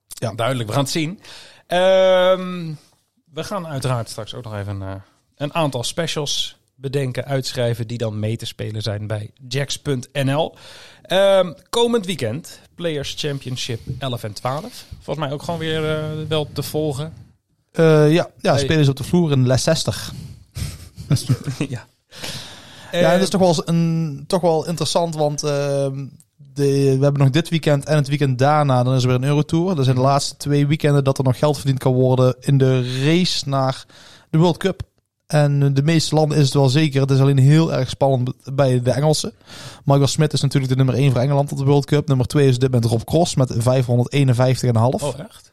Speaker 8: Ja.
Speaker 1: duidelijk. We gaan het zien. Ehm, we gaan uiteraard straks ook nog even eh, een aantal specials bedenken, uitschrijven, die dan mee te spelen zijn bij jacks.nl. Ehm, komend weekend, Players Championship 11 en 12. Volgens mij ook gewoon weer eh, wel te volgen.
Speaker 8: Eh, ja, ja
Speaker 1: Hey.
Speaker 8: spelen ze op de vloer in Les 60.
Speaker 1: ja.
Speaker 8: Ja,
Speaker 1: Eh,
Speaker 8: dat is toch wel, eens een, toch wel interessant, want ehm, de, we hebben nog dit weekend en het weekend daarna, dan is er weer een Eurotour. Dat zijn de laatste twee weekenden dat er nog geld verdiend kan worden in de race naar de World Cup. En eh, de meeste landen is het wel zeker. Het is alleen heel erg spannend bij de Engelsen. Michael Smit is natuurlijk de nummer 1 voor Engeland op de World Cup. Nummer 2 is dit met Rob Cross met 551,5.
Speaker 1: Oh, echt?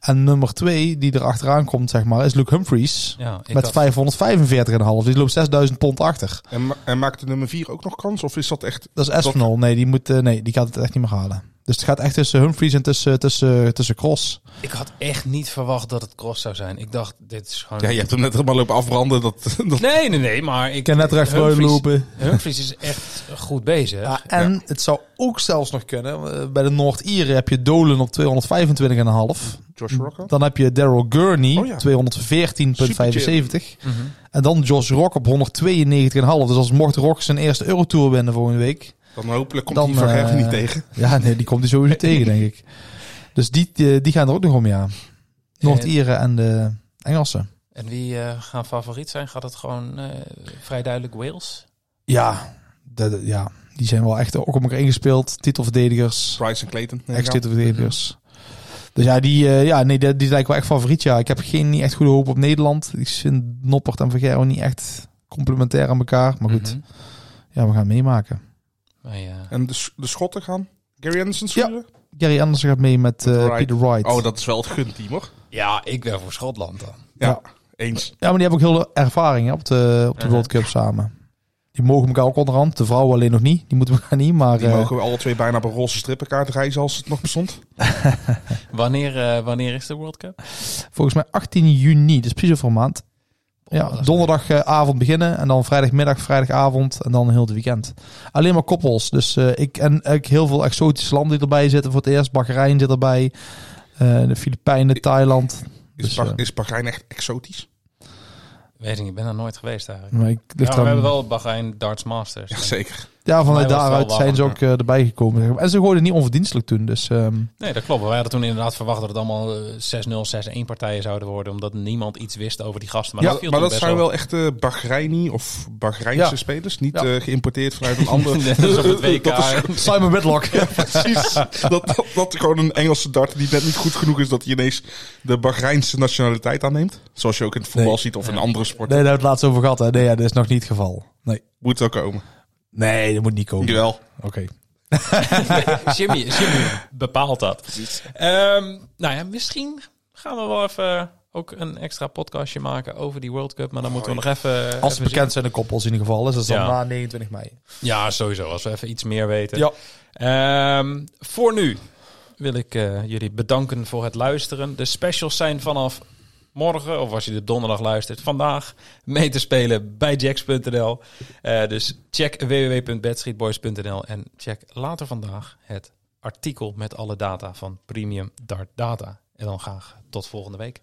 Speaker 8: En nummer 2 die er achteraan komt, zeg maar, is Luke Humphries
Speaker 1: Ja, ik
Speaker 8: met
Speaker 1: had-
Speaker 8: 545,5. Die loopt 6000 pond achter.
Speaker 7: En, ma- en maakt de nummer 4 ook nog kans? Of is dat echt
Speaker 8: Dat is Espinol. Nee, die, moet, eh, nee, die gaat het echt niet meer halen. Dus het gaat echt tussen Humphries en tussen, tussen, tussen Cross.
Speaker 1: Ik had echt niet verwacht dat het cross zou zijn. Ik dacht, dit is gewoon...
Speaker 7: Ja, je hebt hem net helemaal lopen afbranden. Dat, dat...
Speaker 1: Nee, nee, nee, maar ik...
Speaker 8: Ik kan net recht voor
Speaker 1: Humphries-
Speaker 8: lopen.
Speaker 1: Humphries is echt goed bezig.
Speaker 8: Ja, Ah, en het zou ook zelfs nog kunnen. eh, Bij de Noord-Ieren heb je Dolan op 225,5.
Speaker 7: Josh Rocker?
Speaker 8: Dan heb je Daryl Gurney,
Speaker 7: Oh ja.
Speaker 8: 214,75.
Speaker 1: Mhm.
Speaker 8: En dan Josh Rock op 192,5. Dus als mocht Rock zijn eerste Eurotour winnen volgende week...
Speaker 7: Dan hopelijk komt
Speaker 8: Dan,
Speaker 7: die Van Gerven
Speaker 8: eh,
Speaker 7: niet tegen.
Speaker 8: Ja, nee, die komt hij sowieso tegen, denk ik. Dus die, die, die gaan er ook nog om, ja. Noord-Ieren en de Engelsen.
Speaker 1: En wie eh, gaan favoriet zijn? Gaat het gewoon eh, vrij duidelijk Wales?
Speaker 8: Ja, dat- ja, die zijn wel echt ook op elkaar ingespeeld. Titelverdedigers,
Speaker 7: Price en Clayton. neem ik aan.
Speaker 8: ex-titelverdedigers. Dus ja, die, eh, ja, nee, die, die lijkt wel echt favoriet. Ja. Ik heb geen niet echt goede hoop op Nederland. Ik vind Noppert en Vergero niet echt complementair aan elkaar. Maar goed,
Speaker 1: Mhm.
Speaker 8: ja, we gaan meemaken.
Speaker 1: Maar, eh,
Speaker 7: En de, s- de Schotten gaan? Gary Anderson
Speaker 8: Ja.
Speaker 7: sturen?
Speaker 8: Gary Anderson gaat mee met eh
Speaker 7: Wright.
Speaker 8: Peter Wright.
Speaker 7: Oh, dat is wel het gunteam hoor.
Speaker 1: ja, ik ben voor Schotland dan.
Speaker 7: Ja.
Speaker 8: Ja.
Speaker 7: Eens.
Speaker 8: Ja, maar die hebben ook heel veel ervaring hè, op de, op de World Cup samen. Die mogen elkaar ook onderhand. De vrouwen alleen nog niet. Die moeten elkaar niet. Maar
Speaker 7: Die
Speaker 8: eh,
Speaker 7: mogen we alle twee bijna op een roze strippenkaart reizen als het nog bestond.
Speaker 1: Wanneer, eh, wanneer is de World Cup?
Speaker 8: volgens mij 18 juni. Dus precies over een maand.
Speaker 1: dat
Speaker 8: Ja,
Speaker 1: is
Speaker 8: donderdagavond beginnen. En dan vrijdagmiddag, vrijdagavond. En dan heel het weekend. Alleen maar koppels. Dus eh, ik en ik heel veel exotische landen die erbij zitten. Voor het eerst Bahrein zit erbij. eh, de Filipijnen, Thailand.
Speaker 7: Is,
Speaker 8: Dus,
Speaker 7: Bah-
Speaker 8: eh,
Speaker 7: is Bahrein echt exotisch?
Speaker 1: Weet ik niet, ik ben er nooit geweest eigenlijk.
Speaker 8: Maar ik
Speaker 1: Ja,
Speaker 8: ligt
Speaker 1: maar
Speaker 8: Mm, dus dan-
Speaker 1: we hebben wel Bahrein Darts Masters. En-
Speaker 7: Jazeker.
Speaker 8: Ja,
Speaker 1: Voor
Speaker 8: vanuit
Speaker 1: mij was het wel
Speaker 8: daaruit zijn ze
Speaker 1: warm,
Speaker 8: ook eh, erbij gekomen. zeg maar. En ze gooiden niet onverdienstelijk toen. Dus ehm,
Speaker 1: Nee, dat klopt. We hadden toen inderdaad verwacht dat het allemaal eh, 6-0, 6-1 partijen zouden worden. Omdat niemand iets wist over die gasten. Maar
Speaker 7: Maar,
Speaker 1: dat viel
Speaker 7: maar
Speaker 1: toen
Speaker 7: dat
Speaker 1: best
Speaker 7: zijn wel echte Bahreini of Bahreinse
Speaker 8: Ja.
Speaker 7: spelers. Niet
Speaker 8: Ja.
Speaker 7: eh, geïmporteerd vanuit een ander.
Speaker 1: Net als op het WK.
Speaker 7: Dat is-
Speaker 8: Simon Whitlock.
Speaker 7: Precies. Dat, dat, dat gewoon een Engelse dart die net niet goed genoeg is dat hij ineens de Bahreinse nationaliteit aanneemt. Zoals je ook in het voetbal
Speaker 8: Nee.
Speaker 7: ziet of in andere sporten.
Speaker 8: Nee, daar hebben we het laatst over gehad. Hè? Nee, ja, dat is nog niet het geval. Nee,
Speaker 7: Moet wel komen.
Speaker 8: nee dat moet niet komen.
Speaker 7: Jawel.
Speaker 8: Oké.
Speaker 1: Jimmy, Jimmy bepaalt dat. Ehm, nou ja, misschien gaan we wel even ook een extra podcastje maken over die World Cup. Maar dan moeten we nog even...
Speaker 8: Als ze
Speaker 1: even
Speaker 8: bekend zijn de koppels in ieder geval. Dus dat is dan
Speaker 1: Ja.
Speaker 8: na 29 mei.
Speaker 1: zien. Ja, sowieso. Als we even iets meer weten.
Speaker 8: Ja.
Speaker 1: Ehm, voor nu wil ik eh, jullie bedanken voor het luisteren. De specials zijn vanaf morgen, of als je de donderdag luistert, vandaag mee te spelen bij jacks.nl. Eh, dus check www.bedstreetboys.nl en check later vandaag het artikel met alle data van Premium Dart Data. En dan graag tot volgende week.